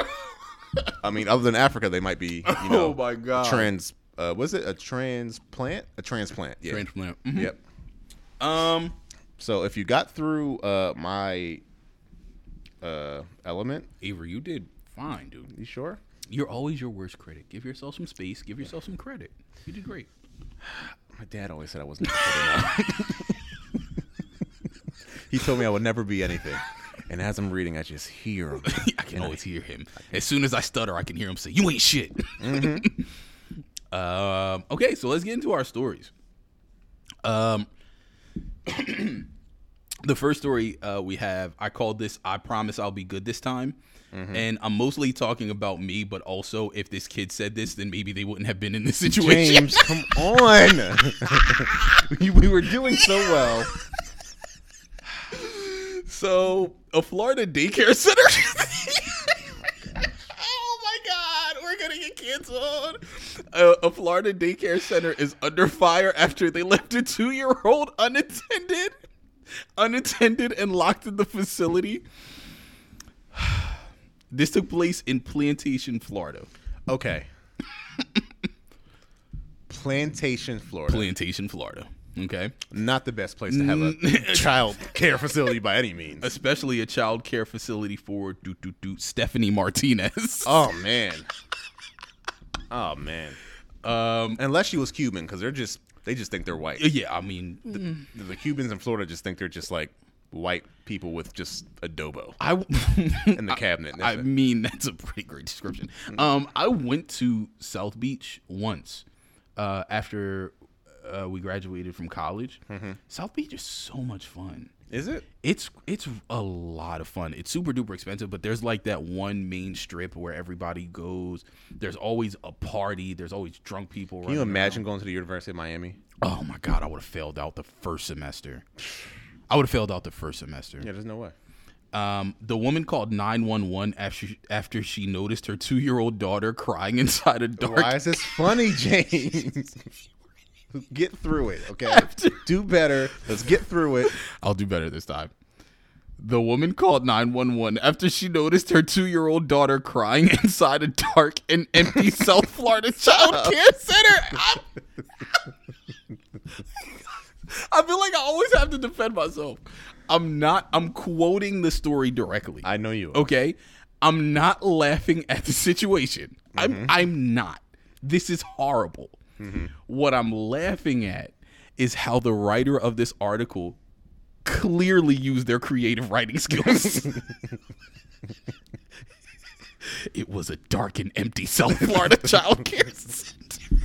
C: I mean, other than Africa, they might be. You know,
B: Oh my God.
C: Trans. Uh, was it a transplant? A transplant. Yeah.
B: Transplant.
C: Yep.
B: Um,
C: So if you got through uh, my uh, element,
B: Avery, you did fine, dude.
C: you sure?
B: You're always your worst critic. Give yourself some space. Give yourself some credit. You did great.
C: My dad always said I wasn't good enough. he told me I would never be anything. And as I'm reading, I just hear him.
B: I can always hear him. As soon as I stutter, I can hear him say, "You ain't shit." Um, okay, so let's get into our stories. Um, the first story uh, we have, I called this "I promise I'll be good this time," and I'm mostly talking about me, but also if this kid said this, then maybe they wouldn't have been in this situation.
C: James, come on. we, we were doing so well.
B: So, a Florida daycare center. oh my God, we're gonna get canceled. A, a Florida daycare center is under fire after they left a two-year-old unattended, unattended, and locked in the facility. This took place in Plantation, Florida.
C: Okay. Plantation, Florida.
B: Plantation, Florida. Okay.
C: Not the best place to have a child care facility by any means.
B: Especially a child care facility for do, do, do, Stephanie Martinez.
C: Oh man. Oh man.
B: Um,
C: Unless she was Cuban, because they're just they just think they're white.
B: yeah, I mean,
C: The Cubans in Florida just think they're just like white people with just adobo
B: I
C: in the cabinet.
B: I
C: That's Mm-hmm. it.
B: mean that's a pretty great description. Um, I went to South Beach once uh, after uh, we graduated from college.
C: Mm-hmm.
B: South Beach is so much fun.
C: Is it?
B: It's it's a lot of fun. It's super duper expensive, but there's like that one main strip where everybody goes. There's always a party. There's always drunk people.
C: Can you
B: running
C: imagine going to the University of Miami?
B: around. Oh my god, I would have failed out the first semester. I would have failed out the first semester.
C: Yeah, there's no way.
B: Um, the woman called 911 after she, after she noticed her two year old daughter crying inside a dark.
C: Why is this funny, James? get through it, okay? Do better. Let's get through it.
B: I'll do better this time. The woman called 911 after she noticed her two year old daughter crying inside a dark and empty South Florida child care center. I, I feel like I always have to defend myself. I'm not, I'm quoting the story directly.
C: I know you.
B: okay i'm not laughing at the situation i'm i'm not this is horrible what i'm laughing at is how the writer of this article clearly used their creative writing skills it was a dark and empty south florida child care center.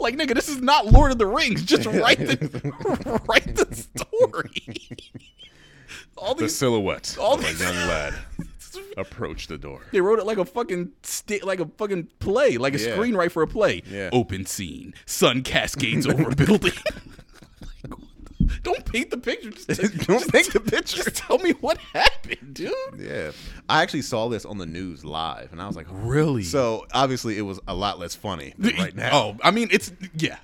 B: like nigga this is not lord of the rings just write the write the story all
C: The
B: these
C: silhouette
B: All
C: of a
B: these-
C: young lad approached the door.
B: They wrote it like a fucking sti- like a fucking play, like a
C: Yeah.
B: screenwrite for a play.
C: Yeah.
B: Open scene. Sun cascades over building. Don't paint the picture. Just,
C: Don't
B: just-
C: make the picture.
B: just tell me what happened, dude.
C: Yeah. I actually saw this on the news live, and I was like,
B: Really?
C: so obviously it was a lot less funny than right now.
B: Oh, I mean, it's yeah.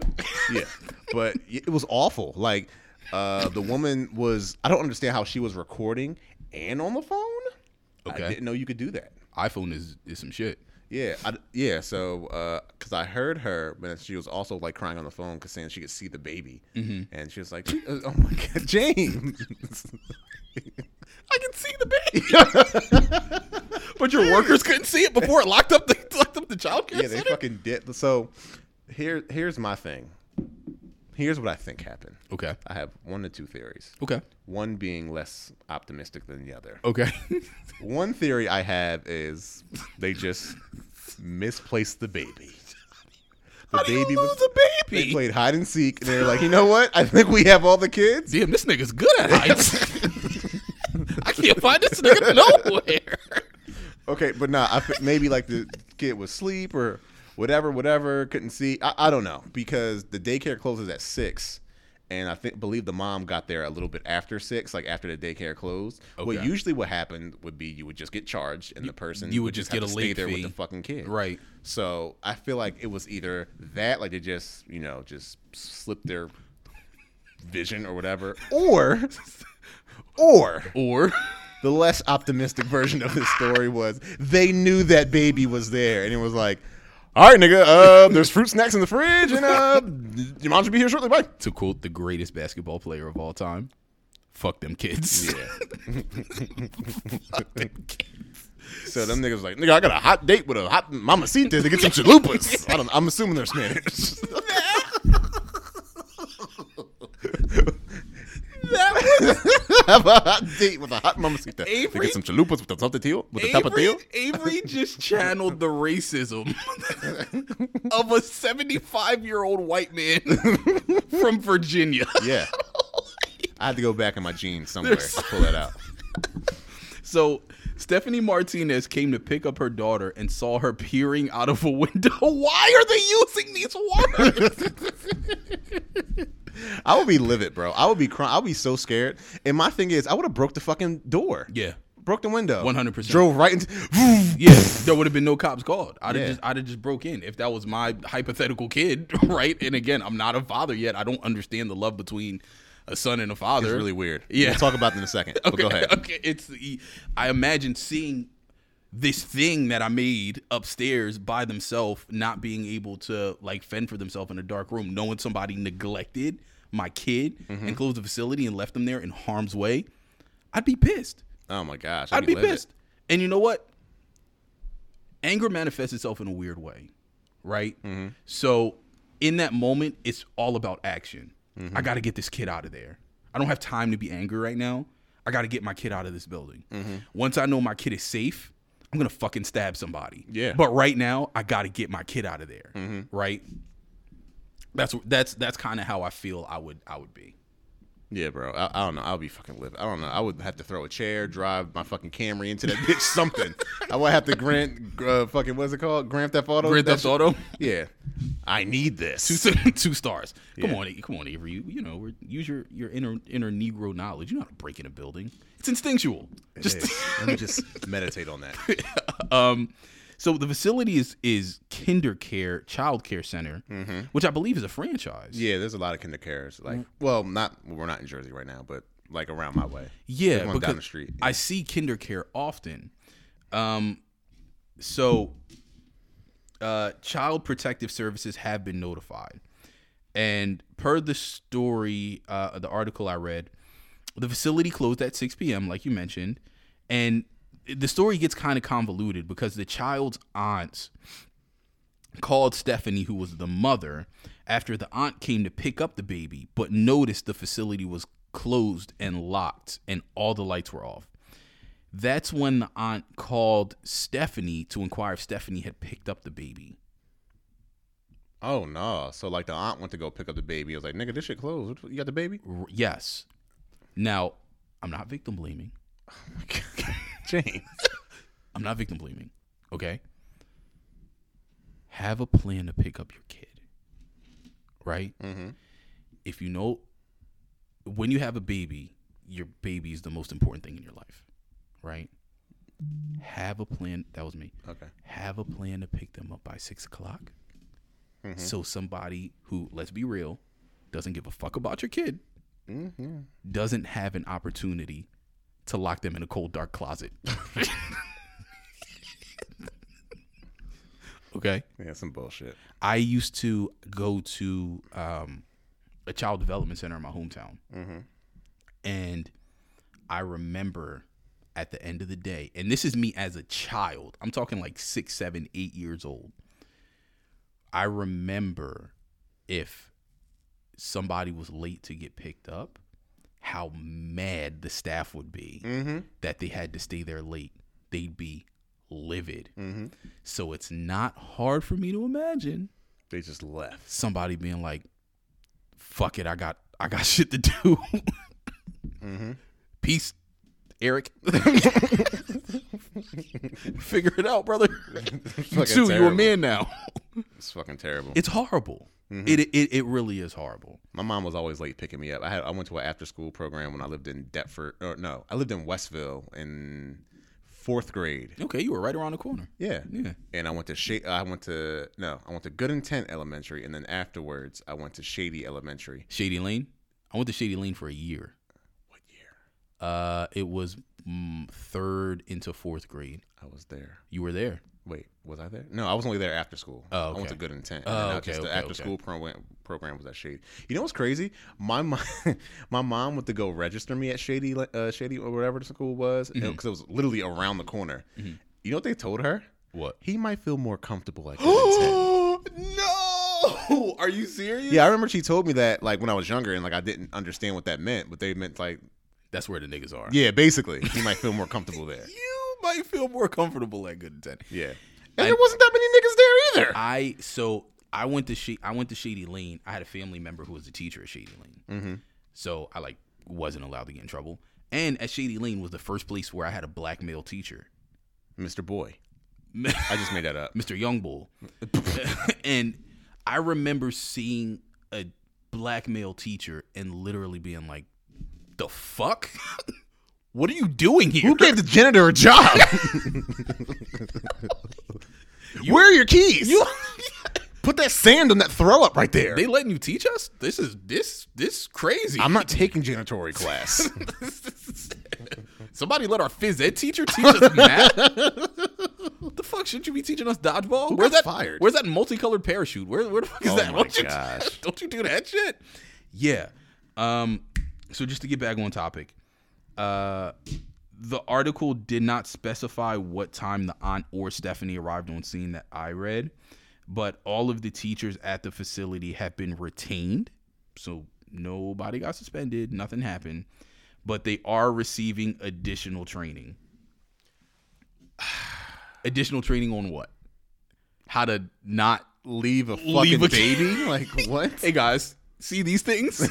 C: yeah, but it was awful. Like uh, the woman was. I don't understand how she was recording and on the phone.
B: Okay.
C: I didn't know you could do that.
B: iPhone is is some shit.
C: Yeah, I, yeah. So because I heard her, but she was also like crying on the phone because saying she could see the baby,
B: Mm-hmm.
C: and she was like, "Oh my god, James."
B: I can see the baby, but your workers couldn't see it before it locked up the locked up the childcare
C: yeah, they
B: center.
C: fucking did. So here, here's my thing. Here's what I think happened.
B: Okay.
C: I have one to two theories.
B: Okay.
C: One being less optimistic than the other.
B: Okay.
C: One theory I have is they just misplaced the baby. The
B: How do you lose a
C: They
B: baby?
C: played hide and seek, and they're like, you know what? I think we have all the kids.
B: Damn, this nigga's good at heights. I can't find this nigga nowhere.
C: Okay, but nah, I, fi- maybe like the kid was asleep or whatever, whatever, couldn't see. I, I don't know because the daycare closes at six, and I think believe the mom got there a little bit after six, like after the daycare closed. What
B: Okay.
C: usually what happened would be you would just get charged, and the person
B: you would just
C: have
B: get a
C: to
B: late
C: there
B: fee.
C: with the fucking kid,
B: Right.
C: So I feel like it was either that, like they just you know just slipped their vision or whatever, or or
B: Or
C: the less optimistic version of this story was they knew that baby was there, and it was like, all right, nigga, uh, there's fruit snacks in the fridge, and uh, your mom should be here shortly. Bye.
B: to quote the greatest basketball player of all time, fuck them kids. fuck them kids.
C: So them niggas was like, nigga, I got a hot date with a hot mamacita to get some chalupas. I don't. I'm assuming they're Spanish.
B: That was
C: Have a hot date with a hot mamacita. They
B: Avery-
C: get some chalupas with the tapatio. With the
B: Avery,
C: tapatio.
B: Avery just channeled the racism of a 75 year old white man from Virginia.
C: Yeah. I had to go back in my jeans somewhere
B: There's-
C: to pull that out.
B: So Stephanie Martinez came to pick up her daughter and saw her peering out of a window. Why are they using these words?
C: I would be livid, bro. I would be crying. I would be so scared. And my thing is, I would have broke the fucking door.
B: yeah.
C: Broke the window.
B: 100%.
C: Drove right into. Vroom.
B: Yeah, there would have been no cops called. I'd have
C: Yeah.
B: just I'd have just broke in if that was my hypothetical kid, right? And again, I'm not a father yet. I don't understand the love between a son and a father.
C: It's really weird.
B: Yeah.
C: We'll talk about it in a second. But
B: Okay,
C: go ahead.
B: Okay, it's the, I imagine seeing this thing that I made upstairs by themselves, not being able to like fend for themselves in a dark room, knowing somebody neglected my kid
C: Mm-hmm.
B: and closed the facility and left them there in harm's way. I'd be pissed.
C: Oh my gosh.
B: I'd be
C: livid.
B: pissed. And you know what? Anger manifests itself in a weird way, right? So in that moment, it's all about action. I got to get this kid out of there. I don't have time to be angry right now. I got to get my kid out of this building. Once I know my kid is safe, I'm going to fucking stab somebody.
C: Yeah.
B: But right now, I got to get my kid out of there, right? That's that's that's kind of how I feel I would I would be.
C: Yeah, bro. I, I don't know. I would be fucking livid. I don't know. I would have to throw a chair, drive my fucking Camry into that bitch, something. I would have to grant, uh, fucking, what's it called? Grand Theft Auto?
B: Grand
C: That
B: Theft
C: shit-
B: Auto.
C: Yeah. I need
B: two
C: this.
B: two stars. Come
C: Yeah.
B: on, E, come on, Avery. You, you know, we're, use your your inner inner Negro knowledge. You know how to break in a building. It's instinctual. Just
C: Hey, let me just meditate on that.
B: um, so the facility is is Kinder Care Child Care Center, which I believe is a franchise.
C: Mm-hmm. Yeah, there's a lot of kinder cares.
B: Mm.
C: Like, well, not we're not in Jersey right now, but like around my way.
B: yeah,
C: There's one
B: because
C: down the street.
B: I see Kinder Care often. Um, so uh, Child Protective Services have been notified. And per the story, uh, the article I read, the facility closed at 6 p.m., like you mentioned. And the story gets kind of convoluted because the child's aunts called Stephanie, who was the mother, after the aunt came to pick up the baby, but noticed the facility was closed and locked and all the lights were off. That's when the aunt called Stephanie to inquire if Stephanie had picked up the baby.
C: Oh no! So like the aunt went to go pick up the baby. I was like, nigga, this shit closed. You got the baby?
B: R- yes. Now, I'm not victim blaming.
C: James.
B: I'm not victim blaming. Okay? Have a plan to pick up your kid. Right?
C: Mm-hmm.
B: if you know when you have a baby, your baby is the most important thing in your life, right? Have a plan. That was me.
C: Okay.
B: Have a plan to pick them up by six o'clock. So somebody who, let's be real, doesn't give a fuck about your kid
C: Mm-hmm.
B: doesn't have an opportunity to lock them in a cold dark closet. okay.
C: Yeah, some bullshit.
B: I used to go to um, a child development center in my hometown, and I remember at the end of the day, and this is me as a child. I'm talking like six, seven, eight years old. I remember if somebody was late to get picked up, how mad the staff would be
C: Mm-hmm.
B: that they had to stay there late. They'd be livid.
C: Mm-hmm.
B: So it's not hard for me to imagine
C: They just left.
B: somebody being like, "Fuck it, I got I got shit to do."
C: Mm-hmm.
B: Peace, Eric. Figure it out, brother. You too. You a man now.
C: It's fucking terrible.
B: It's horrible.
C: Mhm.
B: It, it it really is horrible.
C: My mom was always late picking me up. I had I went to an after school program when I lived in Deptford. Or no, I lived in Westville in fourth grade.
B: Okay, you were right around the corner.
C: Yeah.
B: Yeah.
C: and I went to Sha- I went to no, I went to Good Intent Elementary, and then afterwards I went to Shady Elementary.
B: Shady Lane. I went to Shady Lane for a year.
C: What year?
B: Uh, it was mm, third into fourth grade.
C: I was there.
B: You were there.
C: Wait, was I there? No, I was only there after school.
B: Oh,
C: I went to
B: okay.
C: Good Intent.
B: Oh,
C: then I
B: okay,
C: just- the
B: okay,
C: after school program program was at Shady. You know what's crazy? My mom, my mom went to go register me at Shady, uh, Shady or whatever the school was,
B: Mm-hmm.
C: because it was literally around the corner. You know what they told her?
B: What?
C: He might feel more comfortable at Good Intent.
B: no! Are you serious?
C: Yeah, I remember she told me that like when I was younger, and like I didn't understand what that meant, but they meant like
B: That's where the niggas are.
C: Yeah, basically, you might feel more comfortable there.
B: You might feel more comfortable at good and ten.
C: Yeah,
B: I-
C: and there wasn't that many niggas there either.
B: I so I went to she I went to Shady Lane. I had a family member who was a teacher at Shady Lane.
C: Mm-hmm.
B: So I like wasn't allowed to get in trouble. And at Shady Lane was the first place where I had a black male teacher,
C: Mr. Boy,
B: Mr.
C: I just made that up.
B: Youngbull. and I remember seeing a black male teacher and literally being like, "The fuck? what are you doing here?
C: Who gave the janitor a job? Where are your keys?
B: You-
C: Put that sand on that throw up right there.
B: they letting you teach us? This is this this crazy.
C: I'm not taking janitorial class.
B: Somebody let our phys ed teacher teach us math. the fuck shouldn't you be teaching us dodgeball? where's
C: got
B: that
C: fired?
B: Where's that multicolored parachute? Where where the fuck is
C: Oh
B: that?
C: my
B: don't, You,
C: gosh.
B: don't you do that shit? Yeah. Um. So just to get back on topic, uh, the article did not specify what time the aunt or Stephanie arrived on scene that I read, but all of the teachers at the facility have been retained, so nobody got suspended. Nothing happened but they are receiving additional training. additional training on what? How to not.
C: Leave a fucking
B: Leave a-
C: baby? Like what?
B: Hey guys, see these things?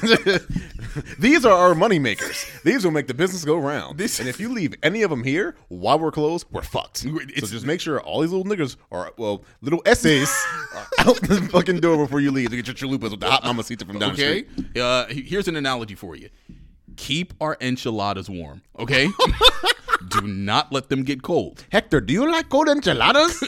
C: These are our money makers. These will make the business go round.
B: This-
C: and if you leave any of them here while we're closed, we're fucked.
B: It's-
C: so just make sure all these little niggers are well, little essays are out the fucking door before you leave to get your chalupas with the hot mama mamacita from down the
B: okay.
C: street.
B: Uh, he- here's an analogy for you. Keep our enchiladas warm. Okay. Do not let them get cold.
C: Hector, do you like cold enchiladas?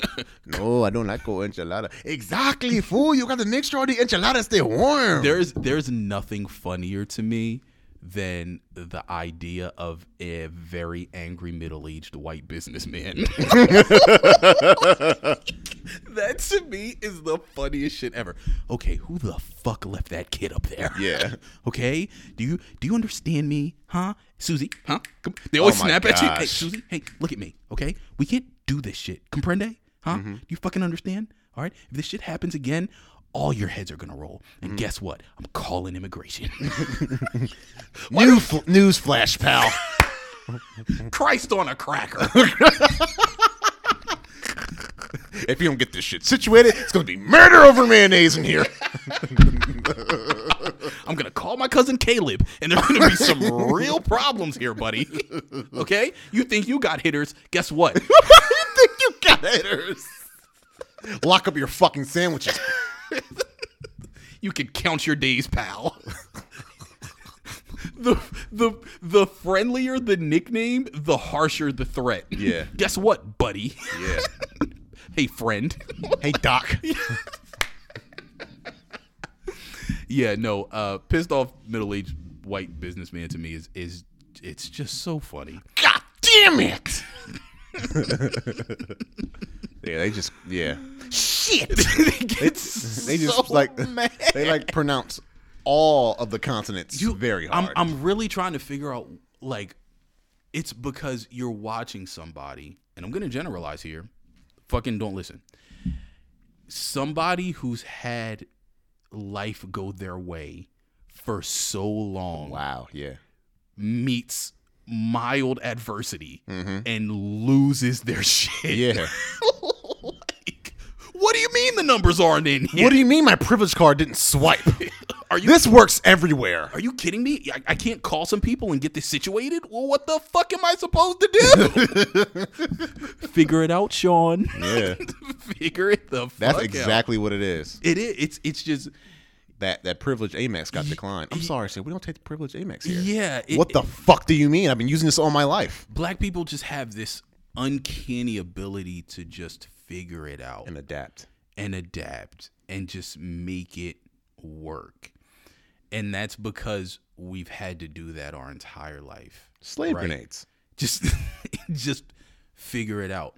C: no, I don't like cold enchiladas. Exactly, fool. You got to make sure the enchiladas stay warm.
B: There's there's nothing funnier to me than the idea of a very angry middle-aged white businessman. that to me is the funniest shit ever. Okay, who the fuck left that kid up there?
C: Yeah.
B: okay. Do you do you understand me? Huh? Susie, huh? Come- They always
C: Oh my
B: snap at you. Hey,
C: gosh.
B: Susie, hey, look at me. Okay? We can't do this shit. Comprende? Huh?
C: Mm-hmm.
B: Do you fucking understand? All right? If this shit happens again, all your heads are gonna roll.
C: Mm-hmm.
B: And guess what? I'm calling immigration.
C: New fl- news flash, pal.
B: Christ on a cracker.
C: if you don't get this shit situated, it's gonna be murder over mayonnaise in here.
B: I'm gonna call my cousin Caleb, and there's gonna be some real problems here, buddy. Okay? You think you got hitters? Guess what?
C: you think you got hitters? Lock up your fucking sandwiches.
B: You can count your days, pal. the the the friendlier the nickname, the harsher the threat.
C: Yeah.
B: Guess what, buddy?
C: Yeah.
B: hey, friend.
C: Hey Doc.
B: yeah, no. Uh, pissed off middle-aged white businessman to me is is it's just so funny.
C: God damn it. yeah, they just yeah.
B: Shit. it's
C: They just
B: so
C: like
B: mad.
C: they like pronounce all of the consonants
B: You-
C: very hard.
B: I'm, I'm really trying to figure out like it's because you're watching somebody, and I'm gonna generalize here. Fucking don't listen. Somebody who's had life go their way for so long
C: wow, yeah.
B: meets mild adversity and loses their shit.
C: Mm-hmm. Yeah.
B: like, what do you mean the numbers aren't in here?
C: What do you mean my privilege card didn't swipe?
B: Are you
C: this works everywhere.
B: Are you kidding me? I, I can't call some people and get this situated? Well, what the fuck am I supposed to do? Figure it out, Sean.
C: Yeah.
B: Figure it the fuck
C: That's
B: out.
C: exactly what it is.
B: It is. It's it's just
C: That that privilege Amex got declined. I'm sorry, sir. We don't take the privilege Amex here.
B: yeah. it-
C: what the fuck do you mean? I've been using this all my life.
B: black people just have this uncanny ability to just figure it out
C: And adapt.
B: and adapt and just make it work. And that's because we've had to do that our entire life.
C: Slave
B: Right.
C: grenades.
B: just just figure it out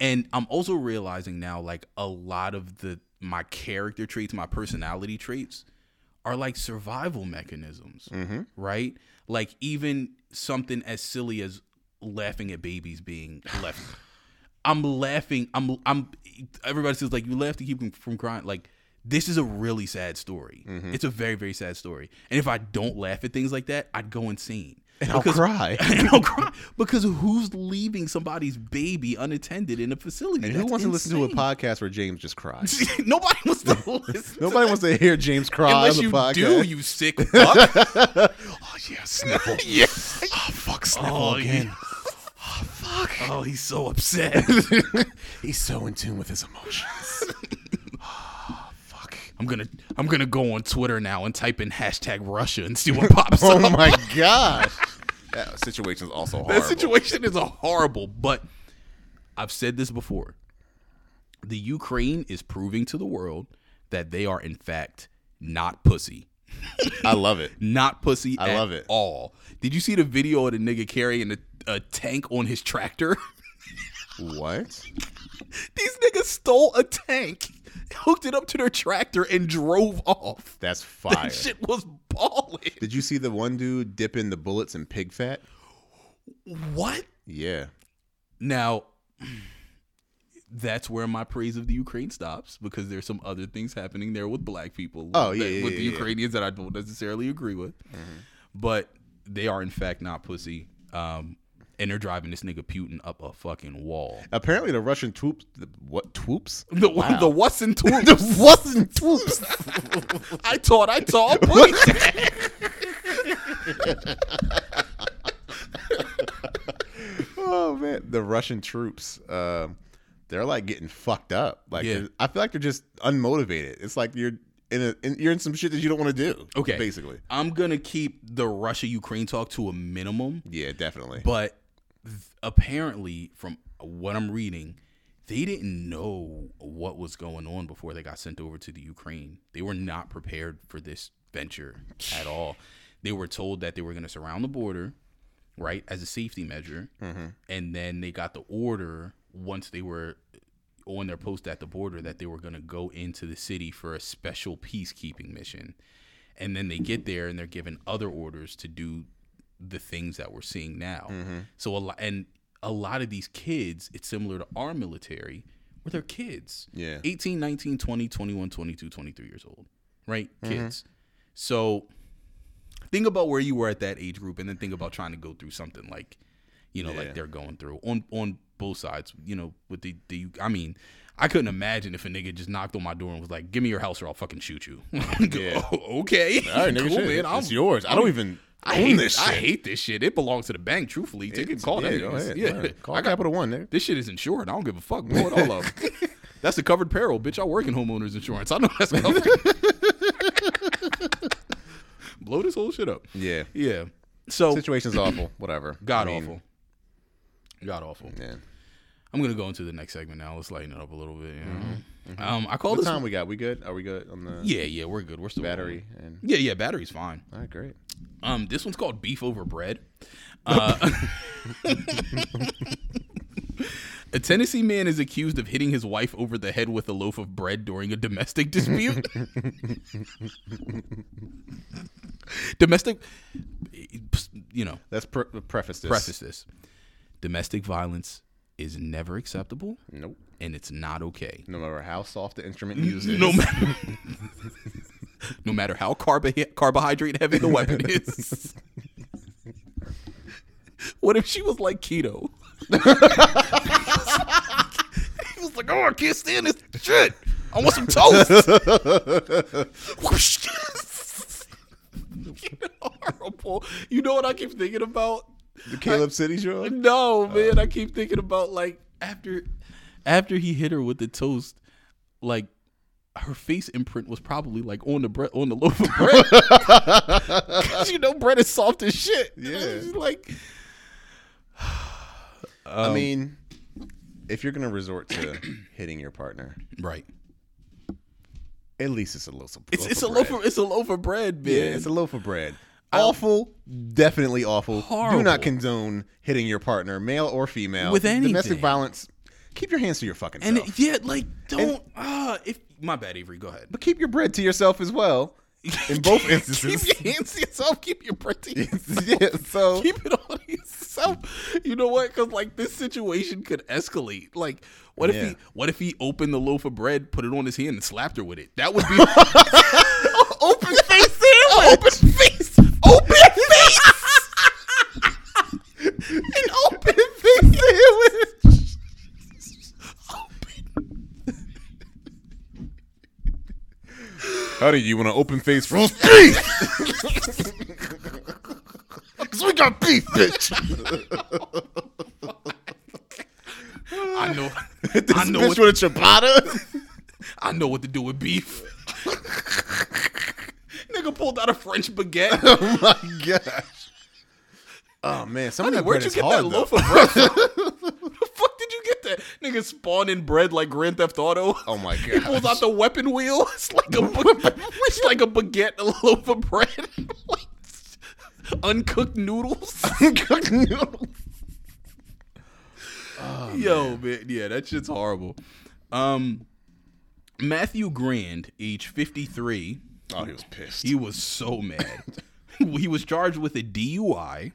B: and i'm also realizing now like a lot of the my character traits my personality traits are like survival mechanisms
C: Mm. Mm-hmm.
B: right like even something as silly as laughing at babies being left i'm laughing i'm i'm everybody says like you laugh to keep them from crying like This is a really sad story. It's a very, very sad story. And if I don't laugh at things like that, I'd go insane.
C: And I'll cry.
B: and I'll cry because who's leaving somebody's baby unattended in a facility?
C: And who
B: That's
C: wants to listen to a
B: insane.
C: podcast where James just cries?
B: Nobody wants to listen.
C: Nobody wants to hear James cry
B: Unless
C: on the
B: you
C: podcast.
B: do, you sick fuck.
C: oh yeah, sniffle.
B: yes.
C: oh fuck, sniffle
B: Oh,
C: again.
B: he- oh, he's so upset.
C: He's so in tune with his emotions. Oh, fuck.
B: I'm gonna I'm gonna go on Twitter now and type in hashtag Russia and see what pops
C: Oh
B: up.
C: my gosh. That situation's also horrible.
B: That situation is a horrible, but I've said this before. The Ukraine is proving to the world that they are in fact not pussy.
C: I love it.
B: Not pussy
C: I
B: at
C: love it.
B: all. Did you see the video of the nigga carrying a, a tank on his tractor?
C: What?
B: These niggas stole a tank, hooked it up to their tractor, and drove off.
C: That's fire.
B: Shit was balling.
C: Did you see the one dude dipping the bullets in pig fat?
B: What?
C: Yeah.
B: Now, that's where my praise of the Ukraine stops because there's some other things happening there with black people.
C: Oh,
B: with-
C: yeah, yeah,
B: with the
C: yeah, yeah.
B: Ukrainians that I don't necessarily agree with, but they are in fact not pussy. Um, and they're driving this nigga Putin up a fucking wall.
C: Apparently the Russian twoops the what twoops?
B: The the what's in Turin-
C: The Russian twoops.
B: I taught, I taught. Putin.
C: oh man. The Russian troops. Um they're like getting fucked up. Like
B: Yeah.
C: they're- I feel like they're just unmotivated. It's like you're in a in, you're in some shit that you don't want to do.
B: Okay.
C: Basically.
B: I'm gonna keep the Russia Ukraine talk to a minimum,
C: Yeah, definitely.
B: but th- apparently, from what I'm reading, they didn't know what was going on before they got sent over to the Ukraine. They were not prepared for this venture at all. They were told that they were gonna surround the border, right, as a safety measure, and then they got the order once they were on their post at the border that they were going to go into the city for a special peacekeeping mission. And then they get there and they're given other orders to do the things that we're seeing
C: Mm-hmm.
B: now. So a lot and a lot of these kids, it's similar to our military where they're kids.
C: Yeah.
B: 18, 19, 20, 21, 22, 23 years old, right?
C: Mm-hmm.
B: Kids. So think about where you were at that age group and then think about trying to go through something like you know
C: Yeah.
B: like they're going through on on both sides you know with the, the i mean i couldn't imagine if a nigga just knocked on my door and was like give me your house or i'll fucking shoot you
C: Yeah.
B: Oh, okay
C: All right, nigga,
B: cool
C: shit.
B: man I'm,
C: it's yours. I don't even
B: I
C: own
B: hate
C: this shit.
B: i hate this shit it belongs to the bank truthfully take it call
C: yeah,
B: that
C: go
B: niggas.
C: ahead.
B: yeah
C: Yeah. Call Capital One, nigga.
B: this shit is insured i don't give a fuck blow it all up that's a covered peril bitch i work in homeowners insurance i know that's covered blow this whole shit up
C: Yeah.
B: yeah so
C: Situation's awful. Whatever.
B: God
C: I mean,
B: awful. God awful.
C: Yeah.
B: I'm gonna go into the next segment now. Let's lighten it up a little bit. You know? Um, I call
C: Mm-hmm. What
B: this.
C: time we got? We good? Are we good on the
B: Yeah, yeah, we're good. We're still
C: battery? And
B: Yeah, yeah, battery's fine.
C: all right, great.
B: Um, this one's called beef over bread. Uh, a Tennessee man is accused of hitting his wife over the head with a loaf of bread during a domestic dispute. domestic, you know,
C: Let's pre- preface this.
B: preface this. Domestic violence is never acceptable
C: Nope.
B: and it's not okay.
C: No matter how soft the instrument used is.
B: No matter No matter how carbo- carbohydrate heavy the weapon is. what if she was like keto? he was like, "Oh, I can't stand this shit. I want some toast." horrible. You know what I keep thinking about?
C: The Caleb City show.
B: No,
C: Um,
B: man, I keep thinking about like after after he hit her with the toast, like her face imprint was probably like on the bread on the loaf of bread. 'Cause you know bread is soft as shit.
C: Yeah.
B: It's like
C: I mean, if you're gonna resort to hitting your partner,
B: right.
C: at least it's a loaf of
B: It's
C: loaf
B: it's
C: of
B: a loaf
C: bread.
B: of it's a loaf of bread, man.
C: yeah, it's a loaf of bread. Awful, definitely awful. Do
B: Horrible.
C: not condone hitting your partner, male or female.
B: With
C: domestic
B: anything.
C: violence, keep your hands to your fucking
B: and
C: self.
B: it, yeah, like don't ah if my bad Avery, go ahead.
C: but keep your bread to yourself as well. In both instances,
B: keep your hands to yourself, keep your bread to yourself.
C: yeah, so
B: Keep it all to yourself. myself, you know what? Because like this situation could escalate. Like, what if
C: Yeah.
B: he what if he opened the loaf of bread, put it on his hand, and slapped her with it? That would be
C: Open face sandwich.
B: open face, open face, an open face sandwich.
C: Howdy, you want an open face roast beef? Cause we got beef, bitch.
B: I know,
C: this
B: I know, what,
C: bitch with a ciabatta.
B: I know what to do with beef. Nigga pulled out a French baguette.
C: oh my gosh. Oh man, some of
B: Honey,
C: that
B: where'd you
C: bread is
B: get
C: hard
B: that
C: though.
B: loaf of bread? from? the fuck did you get that? Nigga spawning bread like Grand Theft Auto.
C: Oh my
B: He pulls
C: gosh.
B: out the weapon wheel. It's like a ba- it's like a baguette, a loaf of bread, like uncooked noodles.
C: Cooked noodles.
B: Yo, man, yeah, that shit's horrible. Um, Matthew Grand, age fifty-three,
C: Oh, he was pissed.
B: He was so mad. he was charged with a DUI,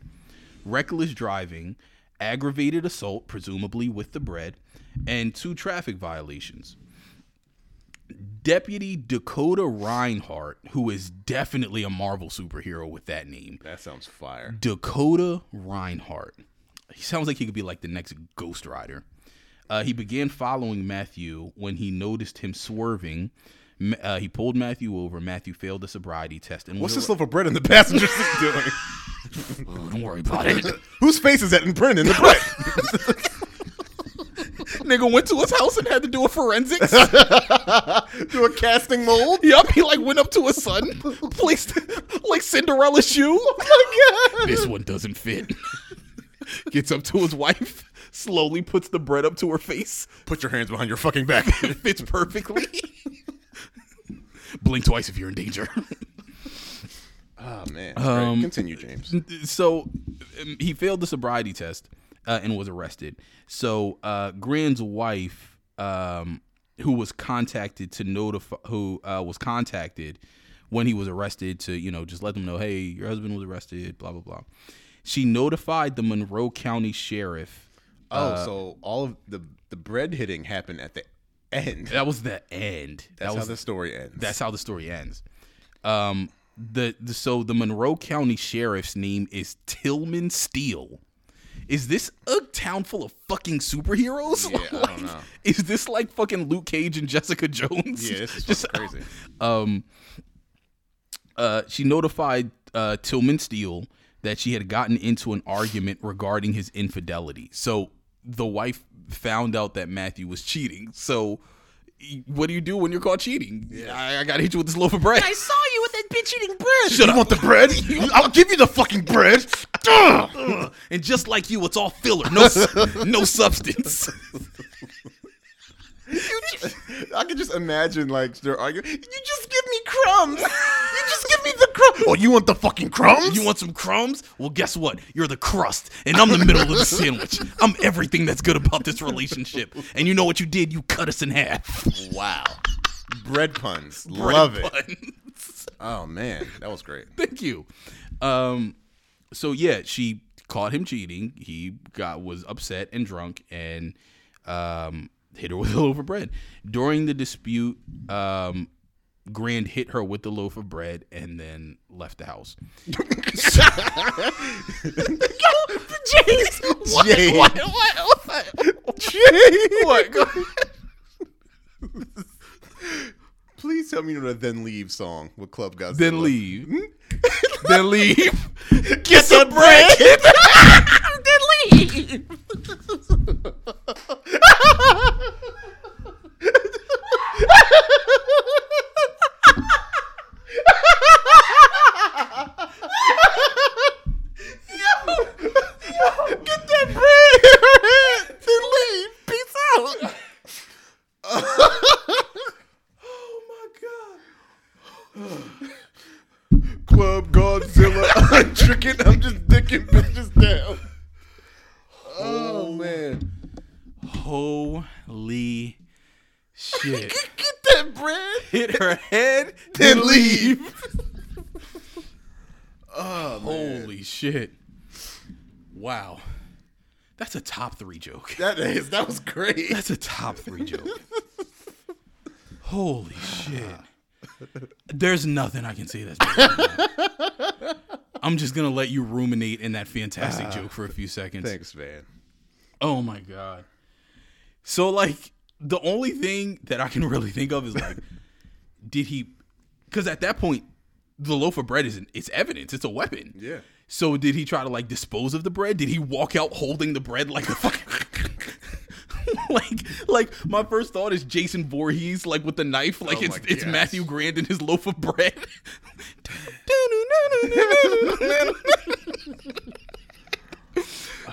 B: reckless driving, aggravated assault, presumably with the bread, and two traffic violations. Deputy Dakota Reinhardt, who is definitely a Marvel superhero with that name,
C: that sounds fire.
B: Dakota Reinhardt. He sounds like he could be like the next Ghost Rider. Uh, he began following Matthew when he noticed him swerving. Ma- Uh, he pulled Matthew over. Matthew failed the sobriety test. And
C: What's
B: was
C: this loaf of bread in the passenger seat doing?
B: ar- Don't worry about it.
C: Whose face is that in print in the bread?
B: Nigga went to his house and had to do a forensics.
C: Do a casting mold?
B: yup, he like went up to his son, placed like Cinderella shoe.
C: Oh my god.
B: this one doesn't fit. Gets up to his wife, slowly puts the bread up to her face.
C: Put your hands behind your fucking back.
B: It fits perfectly. Blink twice if you're in danger.
C: oh man.
B: Um,
C: Continue, James.
B: so um, he failed the sobriety test uh, and was arrested. So uh, Grand's wife, um, who was contacted to notify, who uh, was contacted when he was arrested to, you know, just let them know, hey, your husband was arrested, blah blah blah. She notified the Monroe County Sheriff.
C: Oh,
B: uh,
C: so all of the the bread hitting happened at the end.
B: That was the end. that
C: That's
B: was
C: how the story ends.
B: That's how the story ends. Um, the, the so the Monroe County Sheriff's name is Tillman Steele. Is this a town full of fucking superheroes?
C: Yeah, I don't
B: Like,
C: know.
B: Is this like fucking Luke Cage and Jessica Jones?
C: yeah, this is
B: Just-
C: just crazy.
B: um, uh, she notified uh, Tillman Steele that she had gotten into an argument regarding his infidelity. So the wife found out that Matthew was cheating. So y- what do you do when you're caught cheating? I, I gotta hit you with this loaf of bread.
D: I saw you with that bitch eating bread.
C: you want the bread? I'll give you the fucking bread. Ugh.
B: And just like you, it's all filler, no su- no substance.
C: I can just imagine like they're arguing. You just give me crumbs. You just give me the crumbs. Oh, you want the fucking crumbs?
B: You want some crumbs? Well, guess what? You're the crust, and I'm the middle of the sandwich. I'm everything that's good about this relationship. And you know what you did? You cut us in half.
C: wow. Bread puns.
B: Bread
C: Love it.
B: bun.
C: Oh man, that was great.
B: Thank you. Um, so yeah, she caught him cheating. He got was upset and drunk and um, hit her with a loaf of bread. During the dispute, um, Grand hit her with the loaf of bread and then left the house.
D: James, what?
C: James.
D: What? What? what?
B: What?
C: Please tell me you know the Then Leave song with Club Godzilla.
B: then leave. Hmm? then leave. Get some
C: some
B: bread.
D: Then leave.
C: Get that bread. then leave. Peace out. oh my god. Club Godzilla. I'm tricking. I'm just dicking bitches down. Oh man.
B: Holy shit.
C: Get that bread.
B: hit her head,
C: Then leave. oh man.
B: Holy shit. Wow. That's a top three joke.
C: That is that was great.
B: That's a top three joke. Holy shit. There's nothing I can say that's better than that. I'm just gonna let you ruminate in that fantastic joke for a few seconds.
C: Thanks, man.
B: Oh my god. So like the only thing that I can really think of is like, did he? Because at that point, the loaf of bread is an, it's evidence. It's a weapon.
C: Yeah.
B: So did he try to like dispose of the bread? Did he walk out holding the bread like a fucking? like, like my first thought is Jason Voorhees, like with the knife, like
C: Oh
B: it's
C: my
B: it's
C: gosh.
B: Matthew Grand and his loaf of bread.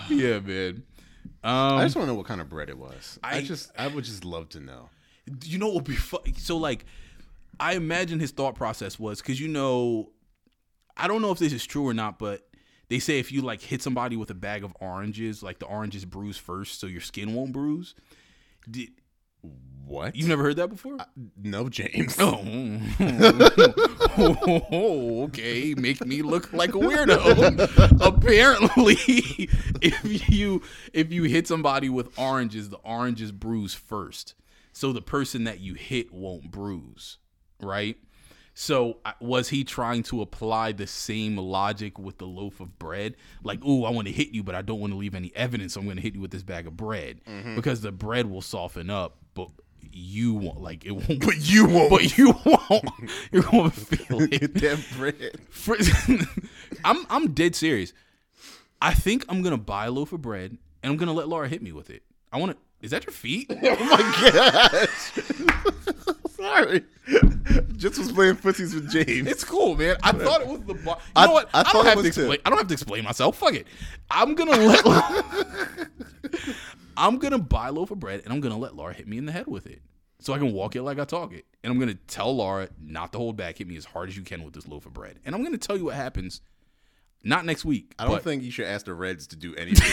B: yeah, man. Um,
C: I just want to know what kind of bread it was. I,
B: I-
C: just I would just love to know.
B: you know what would be fu- so like i imagine his thought process was because you know i don't know if this is true or not but they say if you like hit somebody with a bag of oranges like the oranges bruise first so your skin won't bruise Did,
C: What?
B: you've never heard that before
C: no, James.
B: Oh. Oh, okay. Make me look like a weirdo. Apparently, if you if you hit somebody with oranges, the oranges bruise first. So the person that you hit won't bruise, right? So I- was he trying to apply the same logic with the loaf of bread? Like, ooh, I want to hit you, but I don't want to leave any evidence. So I'm going to hit you with this bag of bread because the bread will soften up, but you won't. Like it won't. But you won't. But you won't. You won't feel
C: Get
B: it.
C: that bread.
B: For- I'm I'm dead serious. I think I'm gonna buy a loaf of bread and I'm gonna let Laura hit me with it. I want to. Is that your feet?
C: Sorry. Just was playing footsies with James.
B: It's cool, man. I thought it was the bar. You
C: I-
B: know what?
C: I
B: I,
C: thought it
B: don't have to
C: was too.
B: explain. I don't have to explain myself. Fuck it. I'm gonna let. I'm gonna buy a loaf of bread and I'm gonna let Laura hit me in the head with it, so I can walk it like I talk it. And I'm gonna tell Laura not to hold back. Hit me as hard as you can with this loaf of bread. And I'm gonna tell you what happens. Not next week.
C: I don't
B: but
C: think you should ask the Reds to do anything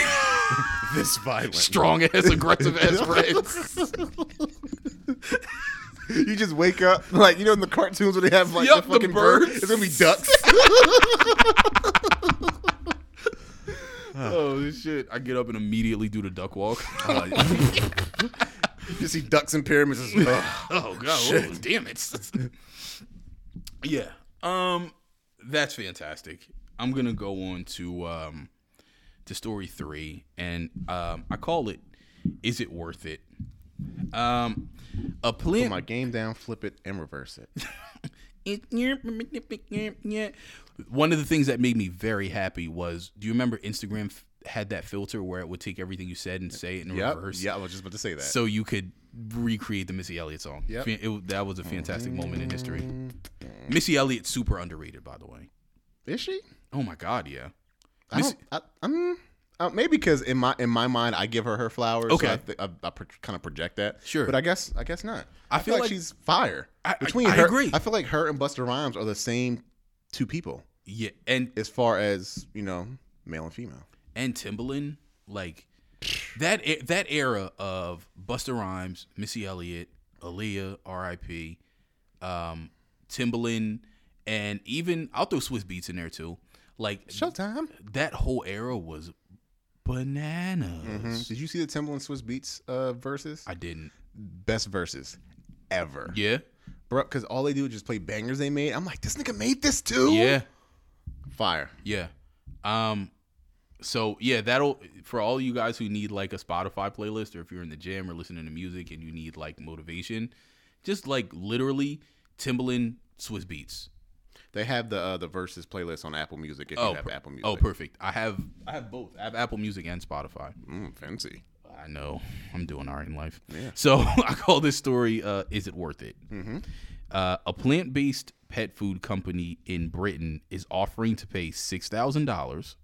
C: this violent.
B: strong ass, aggressive ass breads.
C: You just wake up like you know in the cartoons where they have like
B: Yup,
C: the
B: the
C: fucking birds.
B: birds.
C: It's gonna be ducks.
B: oh shit! I get up and immediately do the duck walk.
C: Oh, you see ducks and pyramids. It's- ugh.
B: Oh god, oh, damn it. yeah. Um that's fantastic. I'm going to go on to um to story 3 and um I call it is it worth it? Um a
C: Put
B: plant
C: Oh my game down, flip it, and reverse it.
B: one of the things that made me very happy was do you remember Instagram f- had that filter where it would take everything you said and say it in
C: Yep.
B: reverse?
C: Yeah, I was just about to say that.
B: so you could recreate the Missy Elliott song.
C: Yep.
B: Fan- it- that was a fantastic moment in history.
C: Mm,
B: Missy Elliott's super underrated, by the way.
C: is she?
B: Oh my God, yeah.
C: I
B: Miss-
C: don't- I- I'm uh, maybe because in my in my mind I give her her flowers.
B: Okay.
C: so I, th- I, I pro- kind of project that.
B: Sure.
C: but I guess I guess not.
B: I feel like-
C: she's fire.
B: I- I-
C: Between
B: I
C: her,
B: agree.
C: I feel like her and Buster Rhymes are the same two people
B: Yeah, and
C: as far as you know, male and female.
B: and Timbaland, like that e- that era of Busta Rhymes, Missy Elliott, Aaliyah, R.I.P., um, Timbaland, and even I'll throw Swiss Beats in there too. Like
C: Showtime.
B: that whole era was bananas.
C: Mhm. Did you see the Timbaland Swiss Beats uh, verses?
B: I didn't.
C: Best verses ever,
B: Yeah,
C: bro. Because all they do is just play bangers they made. I'm like, this nigga made this too.
B: yeah.
C: fire.
B: Yeah. Um so yeah, that'll for all you guys who need like a Spotify playlist or if you're in the gym or listening to music and you need like motivation, just like literally Timbaland Swiss Beats.
C: They have the uh, the verses playlist on Apple Music. If
B: Oh,
C: you have
B: per-
C: Apple Music,
B: Oh, perfect. I have I have both. I have Apple Music and Spotify.
C: mm, fancy.
B: I know. I'm doing all right in life.
C: Yeah.
B: So I call this story uh, Is It Worth It?
C: Mm-hmm.
B: Uh, a plant based pet food company in Britain is offering to pay $6,000.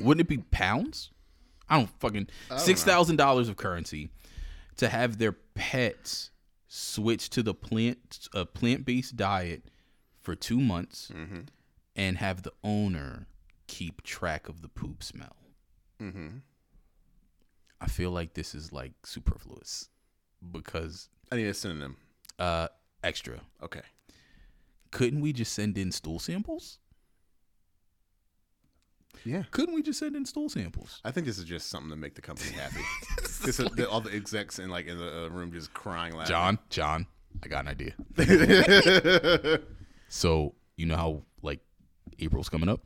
B: Wouldn't it be pounds? I don't fucking.
C: know.
B: $6,000 of currency to have their pets switch to the plant a plant based diet for two months
C: Mm-hmm.
B: and have the owner keep track of the poop smell.
C: Mm-hmm.
B: I feel like this is like superfluous because
C: I need a synonym.
B: uh extra.
C: Okay.
B: Couldn't we just send in stool samples?
C: Yeah.
B: Couldn't we just send in stool samples?
C: I think this is just something to make the company happy. This is- the- all the execs in like in the uh, room just crying loud.
B: John, John, I got an idea. so you know how like April's coming up,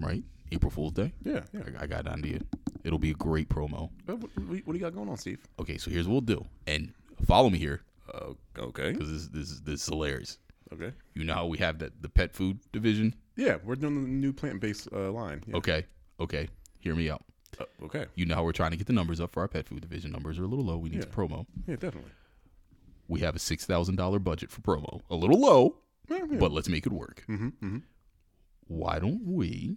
B: right? April Fool's Day.
C: Yeah, yeah.
B: I, I got an idea. It'll be a great promo.
C: What, what, what do you got going on, Steve?
B: Okay, so here's what we'll do, and follow me here
C: Oh, okay.
B: because this this is this is hilarious.
C: Okay.
B: You know how we have that the pet food division.
C: Yeah, we're doing the new plant-based uh, line. Yeah.
B: Okay, okay, hear me out.
C: Uh, okay.
B: You know how we're trying to get the numbers up for our pet food division. Numbers are a little low. We need to promo.
C: Yeah, definitely.
B: We have a six thousand dollar budget for promo. A little low, but let's make it work.
C: Mm-hmm,
B: Why don't we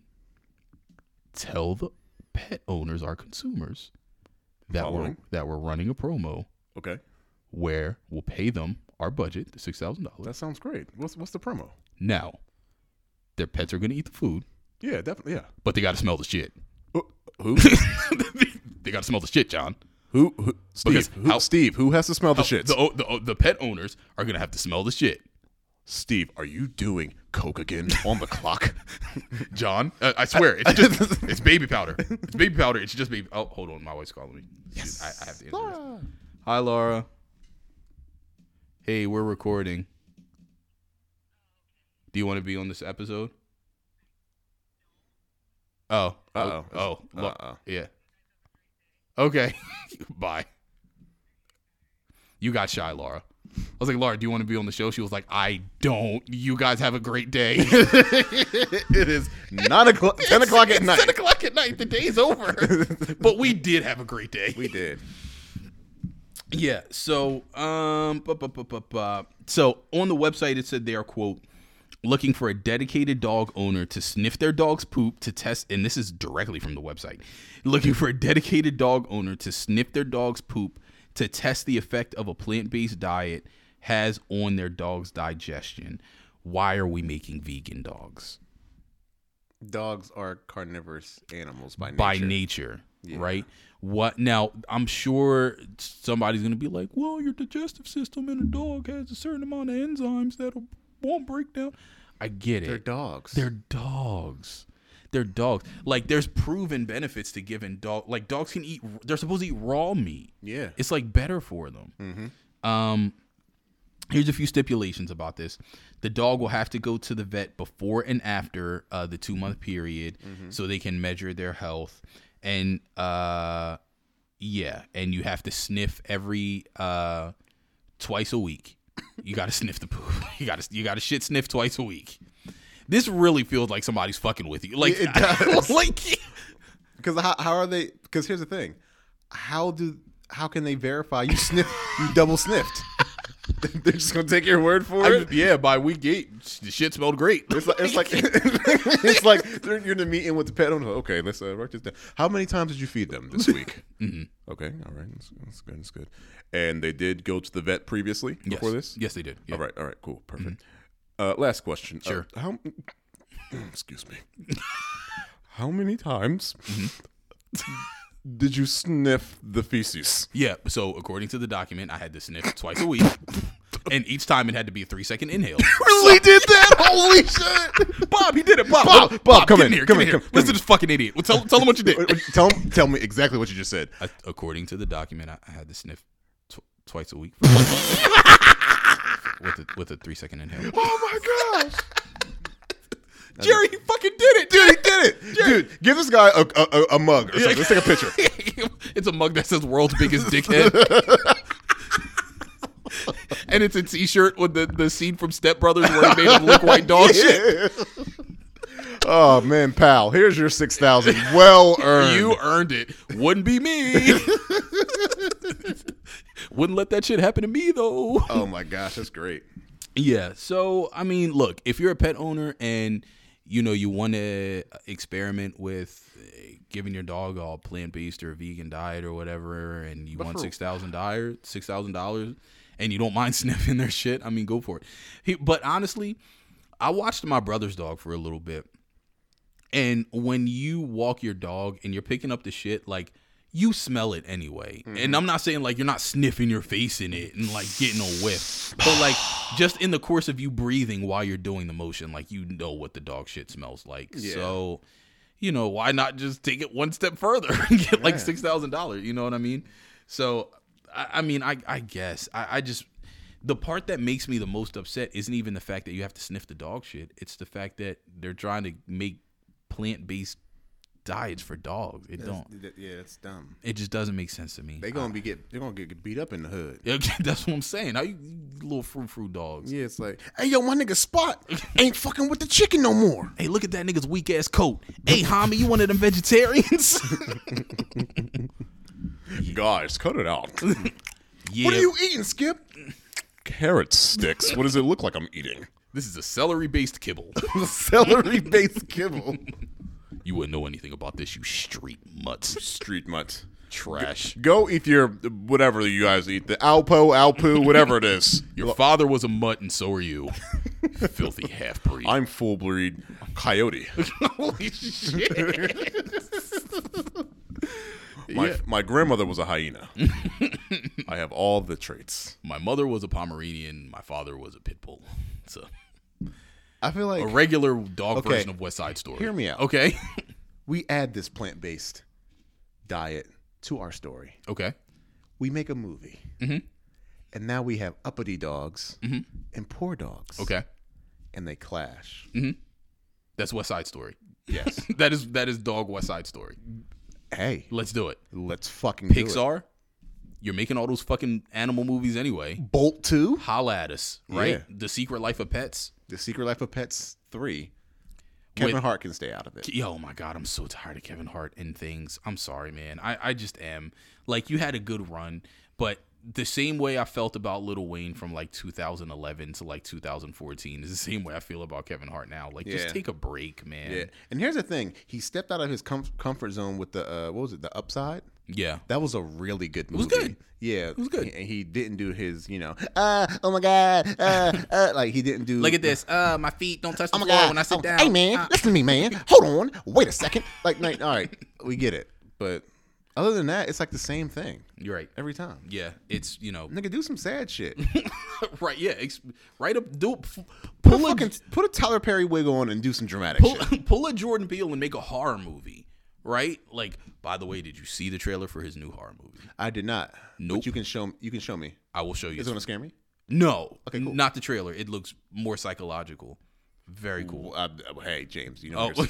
B: tell the pet owners, our consumers, that
C: Following.
B: we're that we're running a promo
C: Okay.
B: where we'll pay them our budget, the six thousand dollars.
C: That sounds great. What's what's the promo?
B: Now, their pets are gonna eat the food,
C: Yeah, definitely. Yeah.
B: but they gotta smell the shit.
C: Who?
B: they gotta smell the shit, John.
C: who? Who?
B: Because
C: Steve. Who,
B: how-
C: Steve. Who has to smell the shit?
B: The, o- the, o- the pet owners are gonna have to smell the shit.
C: Steve, are you doing coke again on the clock?
B: John, uh, I swear, it's just it's baby powder. It's baby powder. It's just baby. Oh, hold on, my wife's calling me. Yes, I, I have to answer Laura. Hi, Laura. Hey, we're recording. Do you want to be on this episode? Oh,
C: Uh-oh.
B: oh, Lo-
C: Uh-oh.
B: yeah. Okay, bye. You got shy, Laura. I was like, Laura, do you want to be on the show? She was like, I don't. You guys have a great day.
C: it is nine o'clock. Ten o'clock at
B: It's
C: night.
B: 10 o'clock at night. The day's over. but we did have a great day.
C: We did.
B: Yeah. So, um, bu- bu- bu- bu- bu- so on the website, it said they are, quote, looking for a dedicated dog owner to sniff their dog's poop to test. And this is directly from the website. Looking for a dedicated dog owner to sniff their dog's poop to test the effect of a plant based diet has on their dog's digestion. Why are we making vegan dogs?
C: Dogs are carnivorous animals by nature.
B: by nature, right? What now? I'm sure somebody's gonna be like, "Well, your digestive system in a dog has a certain amount of enzymes that won't break down." I get it.
C: They're dogs.
B: They're dogs. They're dogs. Like, there's proven benefits to giving dog. Like, dogs can eat. They're supposed to eat raw meat.
C: yeah.
B: It's like better for them.
C: Mm-hmm.
B: Um, here's a few stipulations about this: the dog will have to go to the vet before and after uh, the two month period,
C: Mm-hmm.
B: so they can measure their health. And uh, yeah, and you have to sniff every uh, twice a week. You got to sniff the poop. You got to you got to shit sniff twice a week. This really feels like somebody's fucking with you. Like,
C: It does.
B: like
C: Because how, how are they? Because here's the thing: how do how can they verify you sniff you double sniffed? They're just gonna take your word for
B: I-
C: it.
B: yeah, by week eight, the shit smelled great.
C: It's like it's like it's like they're- you're in a meeting with the pet owner. Okay, let's uh, write this down. How many times did you feed them this week? mm-hmm. Okay, all right, that's, that's good. That's good. And they did go to the vet previously
B: yes.
C: before this.
B: Yes, they did. Yeah.
C: All right, all right, cool, perfect. Uh, last question. Uh,
B: Sure.
C: how? Excuse me. how many times Mm-hmm. did you sniff the feces?
B: Yeah. So according to the document, I had to sniff twice a week, and each time it had to be a three second inhale.
C: Really did that? Holy shit!
B: Bob, he did it. Bob,
C: Bob, Bob, come
B: get
C: in, come in,
B: get
C: come- come
B: Listen
C: in.
B: to this fucking idiot. Well, tell, tell him what you did.
C: tell tell me exactly what you just said.
B: I, according to the document, I, I had to sniff tw- twice a week with a, with a three second inhale.
C: Oh my gosh!
B: Jerry, he fucking did
C: Dude, he did it! Dude, give this guy a, a, a- a mug or something. Let's take a picture.
B: it. it's a mug that says "World's Biggest Dickhead." And it's a T-shirt with the, the scene from Step Brothers where he made him look white dog shit.
C: Oh man, pal, here's your six thousand. Well earned.
B: You earned it. Wouldn't be me. Wouldn't let that shit happen to me though.
C: oh my gosh, that's great.
B: Yeah. So I mean, look, if you're a pet owner and you know you want to experiment with uh, giving your dog a plant based or a vegan diet or whatever, and you want
C: for-
B: six thousand dollars, six thousand dollars, and you don't mind sniffing their shit, I mean, go for it. He, but honestly, I watched my brother's dog for a little bit, and when you walk your dog and you're picking up the shit, like you smell it anyway. And I'm not saying like you're not sniffing your face in it and like getting a whiff, but like just in the course of you breathing while you're doing the motion, like you know what the dog shit smells like. So you know, why not just take it one step further and get like six thousand dollars? You know what I mean? So, I, I mean, I, I guess I, I just the part that makes me the most upset isn't even the fact that you have to sniff the dog shit. It's the fact that they're trying to make plant based diets for dogs. It don't.
C: Yeah, that's dumb.
B: It just doesn't make sense to me.
C: They gonna be get they gonna get beat up in the hood.
B: Yeah, that's what I'm saying. How you, you little fruit fruit dogs?
C: Yeah, it's like, hey yo, my nigga Spot ain't fucking with the chicken no more.
B: Hey, look at that nigga's weak ass coat. Hey, homie, you one of them vegetarians?
C: Guys, cut it out.
B: yeah.
C: What are you eating, Skip? Carrot sticks. What does it look like I'm eating?
B: This is a celery based kibble.
C: Celery based kibble.
B: you wouldn't know anything about this, you street mutts.
C: Street mutts.
B: Trash.
C: Go eat your whatever you guys eat. The Alpo, Alpu, whatever it is.
B: Your father was a mutt, and so are you. Filthy half breed.
C: I'm full breed coyote.
B: Holy shit.
C: My, my grandmother was a hyena. I have all the traits.
B: My mother was a Pomeranian. My father was a pit bull. So
C: I feel
B: a
C: like
B: regular dog
C: Okay.
B: version of West Side Story.
C: Hear me out.
B: Okay.
C: we add this plant based diet to our story.
B: okay.
C: We make a movie. And now we have uppity dogs and poor dogs.
B: Okay.
C: And they clash.
B: That's West Side Story.
C: Yes.
B: That is that is dog West Side Story.
C: hey,
B: Let's do it.
C: let's fucking do it.
B: Pixar, you're making all those fucking animal movies anyway.
C: Bolt 2,
B: Holla at us, right?
C: Yeah.
B: The Secret Life of Pets.
C: The Secret Life of Pets 3. Kevin
B: With-
C: Hart can stay out of it.
B: Yo, my God, I'm so tired of Kevin Hart and things. I'm sorry, man. I, I just am. Like, you had a good run, but the same way I felt about Little Wayne from like 2011 to like 2014 is the same way I feel about Kevin Hart now. Like,
C: Yeah.
B: just take a break, man.
C: Yeah. And here's the thing he stepped out of his com- comfort zone with the, uh, what was it, The Upside?
B: Yeah.
C: That was a really good movie.
B: was good.
C: Yeah. It
B: was good.
C: And he didn't do his, you know, uh, oh my God, uh, uh, like he didn't do.
B: Look at this. Uh, my feet don't touch the
C: Oh my
B: floor
C: God.
B: when I sit
C: oh,
B: down.
C: Hey, man,
B: Uh,
C: listen to me, man. Hold on. Wait a second. Like, like, all right, we get it. But other than that, it's like the same thing
B: you're right.
C: every time.
B: Yeah, it's you know,
C: Nigga, do some sad shit.
B: right. Yeah, ex- right up. Do f-
C: Put a,
B: pull a
C: fucking, put a Tyler Perry wig on and do some dramatic
B: pull,
C: shit.
B: pull a Jordan Peele and make a horror movie, right? Like, by the way, did you see the trailer for his new horror movie?
C: I did not.
B: Nope.
C: But you can show you can show me.
B: I will show you.
C: Is it gonna scare me?
B: no,
C: Okay, cool.
B: not the trailer. It looks more psychological. Very cool.
C: Uh, hey, James, you know.
B: Oh,
C: you're-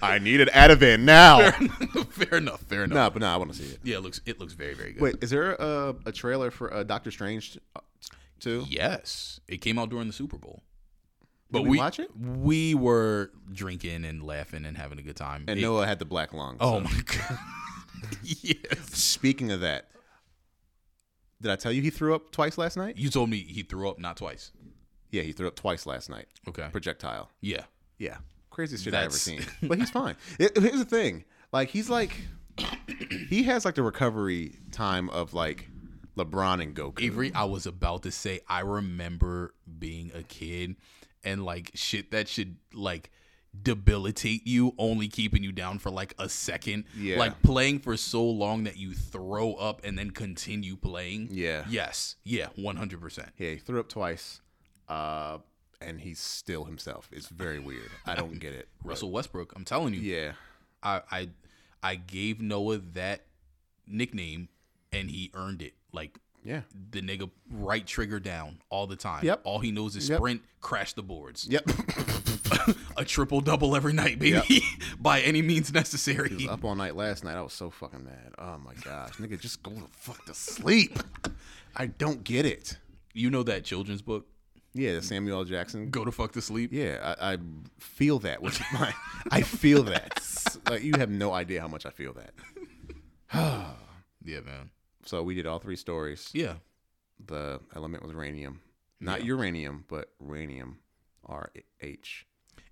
C: I need an Ativan now.
B: fair enough. Fair enough.
C: nah, but nah, I want to see it.
B: Yeah, it looks it looks very very good.
C: Wait, is there a, a trailer for uh, Doctor Strange uh, too?
B: Yes, it came out during the Super Bowl.
C: we watch it?
B: We were drinking and laughing and having a good time.
C: And
B: It-
C: Noah had the black lung.
B: oh my god! yes,
C: Speaking of that, did I tell you he threw up twice last night?
B: you told me he threw up not twice.
C: Yeah, he threw up twice last night.
B: Okay.
C: Projectile.
B: Yeah.
C: Yeah. Craziest shit
B: That's-
C: I've ever seen. But he's fine. It- here's the thing. Like he's like he has like the recovery time of like LeBron and Goku.
B: Avery, I was about to say, I remember being a kid and like shit that should like debilitate you, only keeping you down for like a second.
C: Yeah.
B: Like playing for so long that you throw up and then continue playing.
C: Yeah.
B: Yes. Yeah. 100%.
C: Yeah, he threw up twice. Uh and he's still himself. It's very weird. I don't get it.
B: Russell Westbrook, I'm telling you,
C: Yeah.
B: I, I, I gave Noah that nickname and he earned it. Like,
C: Yeah.
B: the nigga right trigger down all the time.
C: Yep.
B: All he knows is
C: Yep.
B: sprint, crash the boards.
C: Yep.
B: a triple double every night, baby, by any means necessary.
C: was up all night last night. I was so fucking mad. Oh my gosh, nigga, just go the fuck to sleep. I don't get it.
B: You know that children's book,
C: Yeah, the Samuel L. Jackson.
B: Go to Fuck to Sleep.
C: Yeah, I, I feel that. With my, I feel that. Like you have no idea how much I feel that.
B: Yeah, man.
C: So we did all three stories.
B: Yeah,
C: The element was uranium, not uranium, but uranium. R H.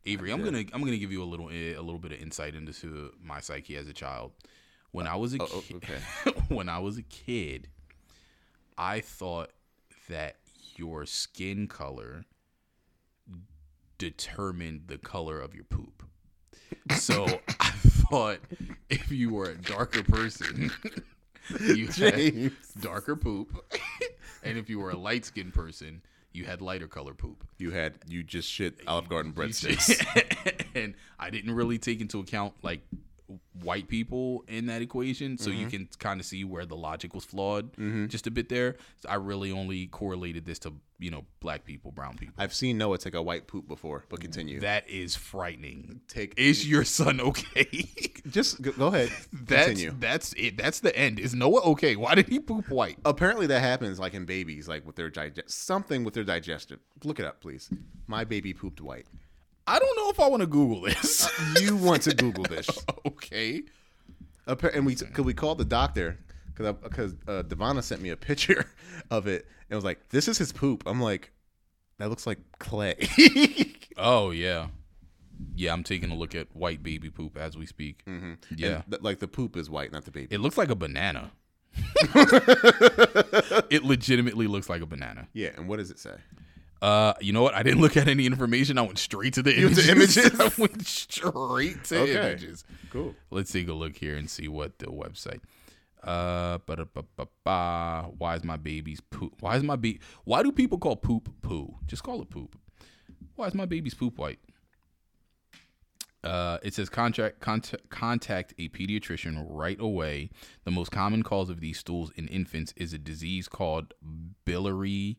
B: Avery, I'm gonna I'm gonna give you a little eh, a little bit of insight into my psyche as a child. When I was a
C: Oh,
B: ki-
C: okay.
B: when I was a kid, I thought that your skin color determined the color of your poop. So I thought if you were a darker person, you had
C: James.
B: darker poop, and if you were a light skinned person, You had lighter color poop.
C: You had you just shit Olive Garden breadsticks.
B: and I didn't really take into account like white people in that equation, so
C: Mm-hmm.
B: you can kind of see where the logic was flawed just a bit there. So I really only correlated this to you know black people, brown people.
C: I've seen Noah take a white poop before, but continue.
B: Mm, That is frightening.
C: Take-
B: is your son okay?
C: just go, go ahead.
B: that's
C: continue.
B: that's it. That's the end. Is Noah okay? Why did he poop white?
C: Apparently that happens like in babies, like with their digest something with their digestive. Look it up, please. My baby pooped white.
B: I don't know if I want to Google this.
C: You want to Google this?
B: okay.
C: Appa- and we could we called the doctor because because uh, Devana sent me a picture of it and was like, "This is his poop." I'm like, "That looks like clay." Mm-hmm.
B: Oh yeah. Yeah, I'm taking a look at white baby poop as we speak. Mm-hmm. Yeah.
C: Mm. And th- like the poop is white, not the baby.
B: It looks like a banana. it legitimately looks like a banana.
C: yeah, and what does it say?
B: Uh, you know what? I didn't look at any information. I went straight to the images.
C: images?
B: I went straight to
C: Okay.
B: images.
C: Cool.
B: Let's take a look here and see what the website. Uh, ba-da-ba-ba-ba. why is my baby's poop? Why is my be? Why do people call poop poo? Just call it poop. Why is my baby's poop white? Uh, it says contract contact, contact a pediatrician right away. The most common cause of these stools in infants is a disease called biliary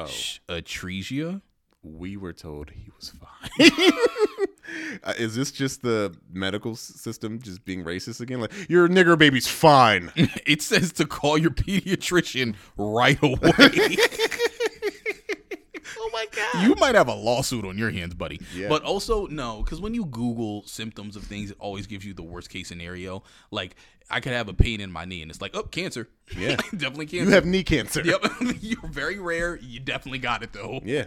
C: Oh.
B: sh- atresia.
C: we were told he was fine. Uh, Is this just the medical s- system just being racist again? Like your nigger baby's fine.
B: it says to call your pediatrician right away.
D: Oh my god.
B: you might have a lawsuit on your hands, buddy.
C: Yeah.
B: But also, no, because when you Google symptoms of things, it always gives you the worst case scenario. Like, I could have a pain in my knee, and it's like, oh, cancer.
C: Yeah.
B: definitely
C: You
B: cancer.
C: have knee cancer.
B: yep, you're very rare. You definitely got it though.
C: Yeah.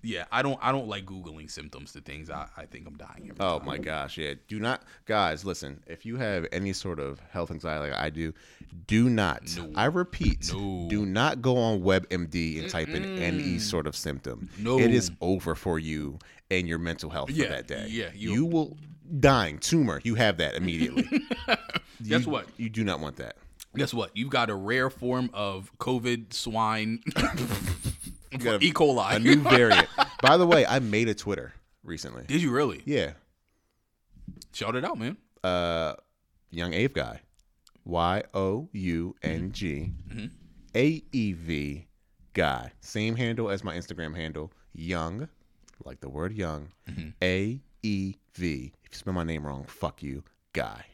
B: Yeah, I don't. I don't like googling symptoms to things. I, I think I'm dying. Every
C: Oh my gosh. Yeah. Do not, guys. Listen. If you have any sort of health anxiety, like I do, do not. I repeat,
B: No.
C: do not go on WebMD and type in any sort of symptom.
B: No.
C: It is over for you and your mental health
B: Yeah,
C: for that day.
B: yeah,
C: You,
B: you-
C: will dying tumor. You have that immediately.
B: Guess
C: You-
B: what?
C: You do not want that.
B: Guess what? You've got a rare form of COVID swine.
C: got a-
B: E. coli.
C: a new variant. By the way, I made a Twitter recently.
B: Did you really?
C: Yeah,
B: Shout it out, man.
C: uh, young Ave guy, Y O U N G
B: Mm-hmm.
C: A E V guy. Same handle as my Instagram handle. Young, like the word young.
B: Mm-hmm.
C: A E V. If you spell my name wrong, fuck you, guy.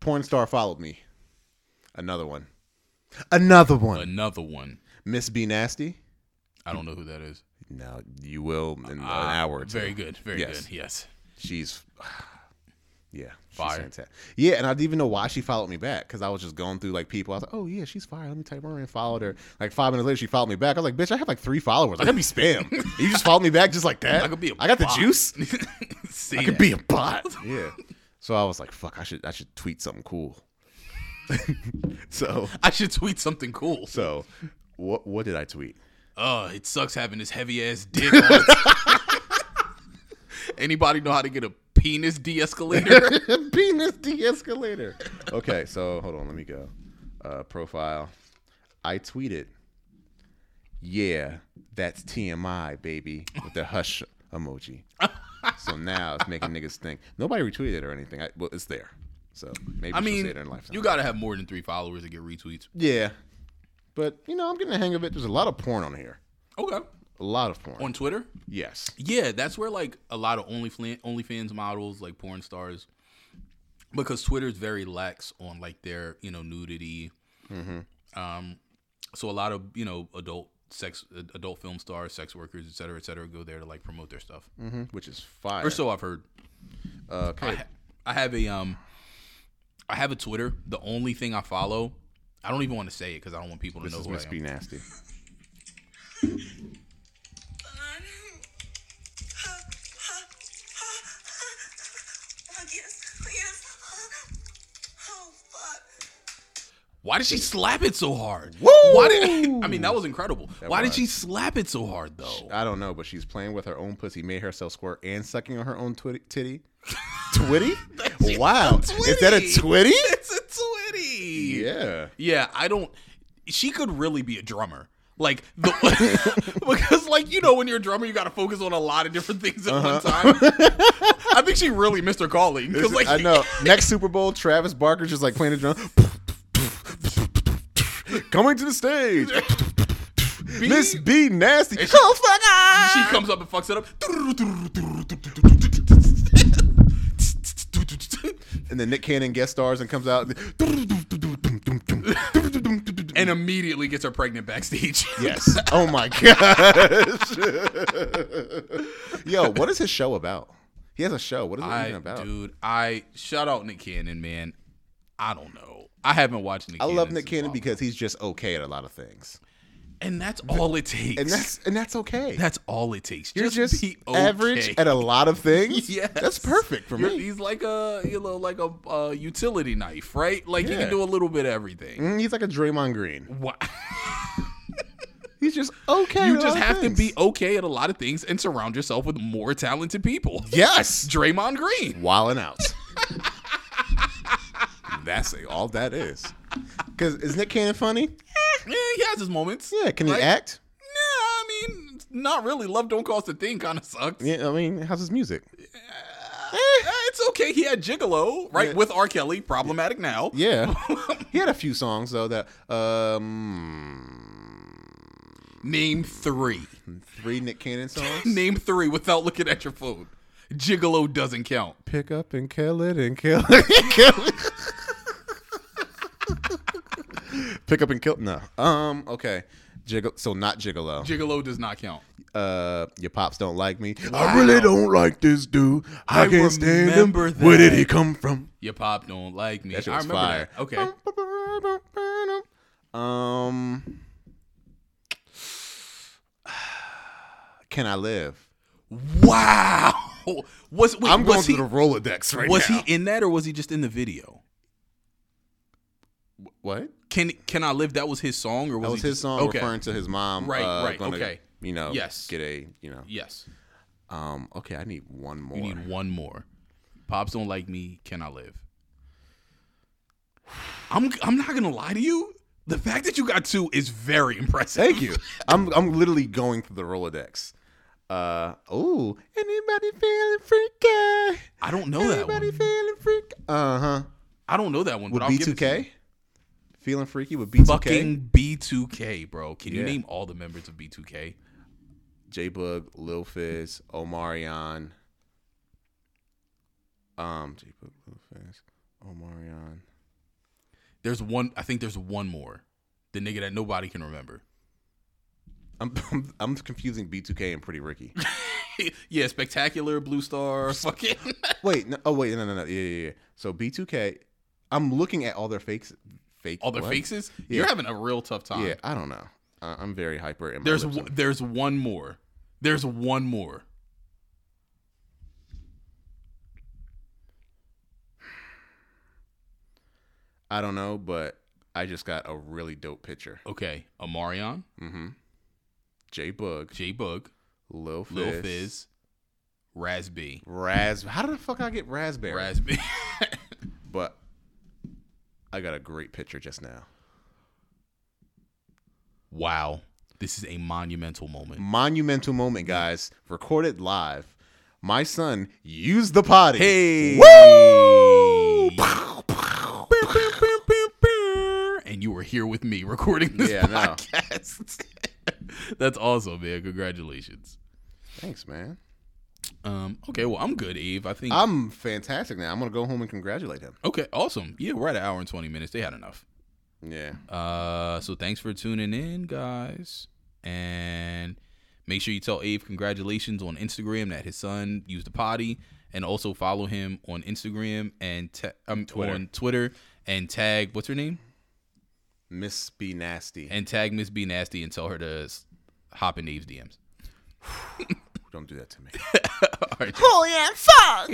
C: Porn star followed me. Another one. Another one.
B: Another one.
C: Miss B Nasty.
B: I don't know who that is.
C: No, you will in an
B: Ah,
C: hour. Or two.
B: Very good. Very
C: Yes.
B: good. Yes.
C: she's yeah she's
B: Fire.
C: fantastic. yeah and i didn't even know why she followed me back because i was just going through like people i was like oh yeah she's fire let me type her in followed her like five minutes later she followed me back i was like bitch i have like three followers i could be spam you just followed me back just like that
B: I could be a
C: I got the
B: bot.
C: juice
B: See
C: i could
B: that?
C: be a bot yeah so i was like fuck i should i should tweet something cool so
B: I should tweet something cool.
C: so what what did i tweet
B: Uh, it sucks having this heavy ass dick. on." Anybody know how to get a penis de-escalator?
C: penis de-escalator. Okay, so hold on, let me go. Uh, profile. I tweeted, "Yeah, that's TMI, baby," with the hush emoji. so now it's making niggas think. Nobody retweeted it or anything. I, well, it's there. So maybe
B: I
C: she'll
B: mean,
C: see it in life.
B: you gotta have more than three followers to get retweets.
C: yeah, but you know, I'm getting the hang of it. There's a lot of porn on here.
B: Okay.
C: A lot of porn.
B: On Twitter?
C: yes.
B: Yeah, that's where like a lot of only OnlyFans models, like porn stars, because Twitter's very lax on like their you know nudity.
C: Mm-hmm.
B: Um, so a lot of you know adult sex, adult film stars, sex workers, et cetera, et cetera, go there to like promote their stuff.
C: hmm Which is fire. Uh,
B: Or so I've heard.
C: okay.
B: I have a um, I have a Twitter. The only thing I follow, I don't even want to say it because I don't want people to
C: this
B: know
C: is
B: who
C: Miss
B: I
C: B
B: am.
C: Nasty.
B: Why did she slap it so hard?
C: Woo!
B: Why did I mean that was incredible? Why
C: was.
B: did she slap it so hard though?
C: I don't know, but she's playing with her own pussy, made herself squirt, and sucking on her own twi- titty. Twitty? wow. Is that a twitty?
B: It's a twitty.
C: Yeah.
B: Yeah, I don't. She could really be a drummer. Like the because like you know when you're a drummer you got to focus on a lot of different things at
C: Uh-huh.
B: one time. I think she really missed her calling because like
C: I know. Next Super Bowl, Travis Barker's just like playing a drum. Coming to the stage.
B: B,
C: Miss B nasty.
B: And she-
C: Oh
B: she
C: fuck
B: comes up and fucks it up.
C: And then Nick Cannon guest stars and comes out. And
B: And immediately gets her pregnant backstage.
C: yes. Oh my gosh. Yo, what is his show about? He has a show. What is it even
B: I,
C: about?
B: dude, I shout out Nick Cannon, man. I don't know. I haven't watched Nick.
C: I love Nick
B: since
C: Cannon
B: Wild.
C: because he's just okay at a lot of things,
B: and that's all it takes.
C: and that's and that's okay.
B: that's all it takes.
C: You're just,
B: be
C: average
B: okay.
C: at a lot of things.
B: Yes.
C: that's perfect for
B: You're-
C: me.
B: He's like a you know like a uh, utility knife, right? Like he
C: Yeah.
B: can do a little bit of everything.
C: Mm, He's like a Draymond Green.
B: Wha-
C: He's just okay.
B: you
C: at a
B: just
C: lot of
B: have to
C: things.
B: be okay at a lot of things and surround yourself with more talented people.
C: yes,
B: Draymond Green.
C: wilding out. that's it, all that is. Because is Nick Cannon funny?
B: Yeah, he has his moments.
C: Yeah. Can
B: Like,
C: he act?
B: Nah, I mean, not really. Love don't cost a thing kind of sucks.
C: Yeah. I mean, how's his music?
B: Uh, it's okay. He had Gigolo, right?
C: Yeah.
B: With R. Kelly, problematic now.
C: Yeah. he had a few songs though that um
B: Name three.
C: three Nick Cannon songs.
B: Name three without looking at your phone. Gigolo doesn't count.
C: Pick up and kill it and kill it and kill it. Pick up and kill. No. Um. Okay. Jiggle. So not gigolo.
B: Gigolo does not count.
C: uh, your pops don't like me. I really don't like this dude. I,
B: I
C: can't stand him.
B: remember
C: Where did
B: that.
C: he come from?
B: Your pop don't like me.
C: That shit
B: I
C: was
B: remember
C: fire.
B: that. Okay.
C: Um. Can I live?
B: Wow. Was wait,
C: I'm going
B: was
C: to
B: he,
C: the Rolodex right
B: was
C: now.
B: he in that or was he just in the video?
C: what?
B: Can can I live? That was his song or was
C: That was
B: he
C: his
B: just-
C: song
B: Okay.
C: referring to his mom.
B: Right,
C: uh,
B: right,
C: gonna,
B: okay.
C: You know.
B: Yes.
C: Get a. You know.
B: Yes.
C: Um. Okay. I need one more.
B: You need one more. Pops don't like me. Can I live? I'm I'm not gonna lie to you. The fact that you got two is very impressive.
C: Thank you. I'm I'm literally going through the Rolodex. Uh oh. Anybody feeling freaky?
B: I don't know that
C: Anybody
B: one.
C: feeling freaky? Uh huh.
B: I don't know that one.
C: With
B: but I'll give it to you.
C: B2K. Feeling freaky with B2K.
B: Fucking B2K, bro. Can you
C: Yeah.
B: name all the members of B2K?
C: J Bug, Lil Fizz, Omarion. Um, J Bug, Lil Fizz, Omarion.
B: There's one. I think there's one more. The nigga that nobody can remember.
C: I'm, I'm I'm confusing B2K and Pretty Ricky.
B: yeah, spectacular blue star. Fucking.
C: wait, no, oh wait, no, no, no, yeah, yeah, yeah. So B2K, I'm looking at all their fakes, fake,
B: all the
C: what?
B: faces.
C: Yeah.
B: You're having a real tough time.
C: Yeah, I don't know. I, I'm very hyper. And my
B: There's
C: lips
B: w-
C: are-
B: there's one more. There's one more.
C: I don't know, but I just got a really dope picture.
B: Okay, Amarion,
C: Mm-hmm. J Bug,
B: J Bug,
C: Lil Fizz,
B: Lil Fizz, Razby,
C: Raz. How the fuck I get raspberry?
B: Razby.
C: but I got a great picture just now.
B: wow, this is a monumental moment.
C: Monumental moment, guys. Recorded live. My son used the potty.
B: Hey,
C: Woo!
B: and you were here with me recording this
C: Yeah, I know.
B: podcast. That's awesome, man. Congratulations.
C: Thanks, man.
B: Um, okay, well, I'm good, Eve. I think.
C: I'm fantastic now. I'm gonna go home and congratulate him.
B: okay, awesome. Yeah, we're at an hour and twenty minutes. They had enough.
C: Yeah.
B: Uh, so thanks for tuning in, guys, and make sure you tell Ave congratulations on Instagram that his son used the potty, and also follow him on Instagram and ta- um,
C: Twitter.
B: on Twitter and tag what's her name
C: Miss Be Nasty.
B: and tag Miss B Nasty and tell her to s- hop in Ave's DMs.
C: Don't do that to me.
B: All right,
D: Holy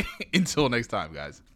D: fuck!
B: until next time, guys.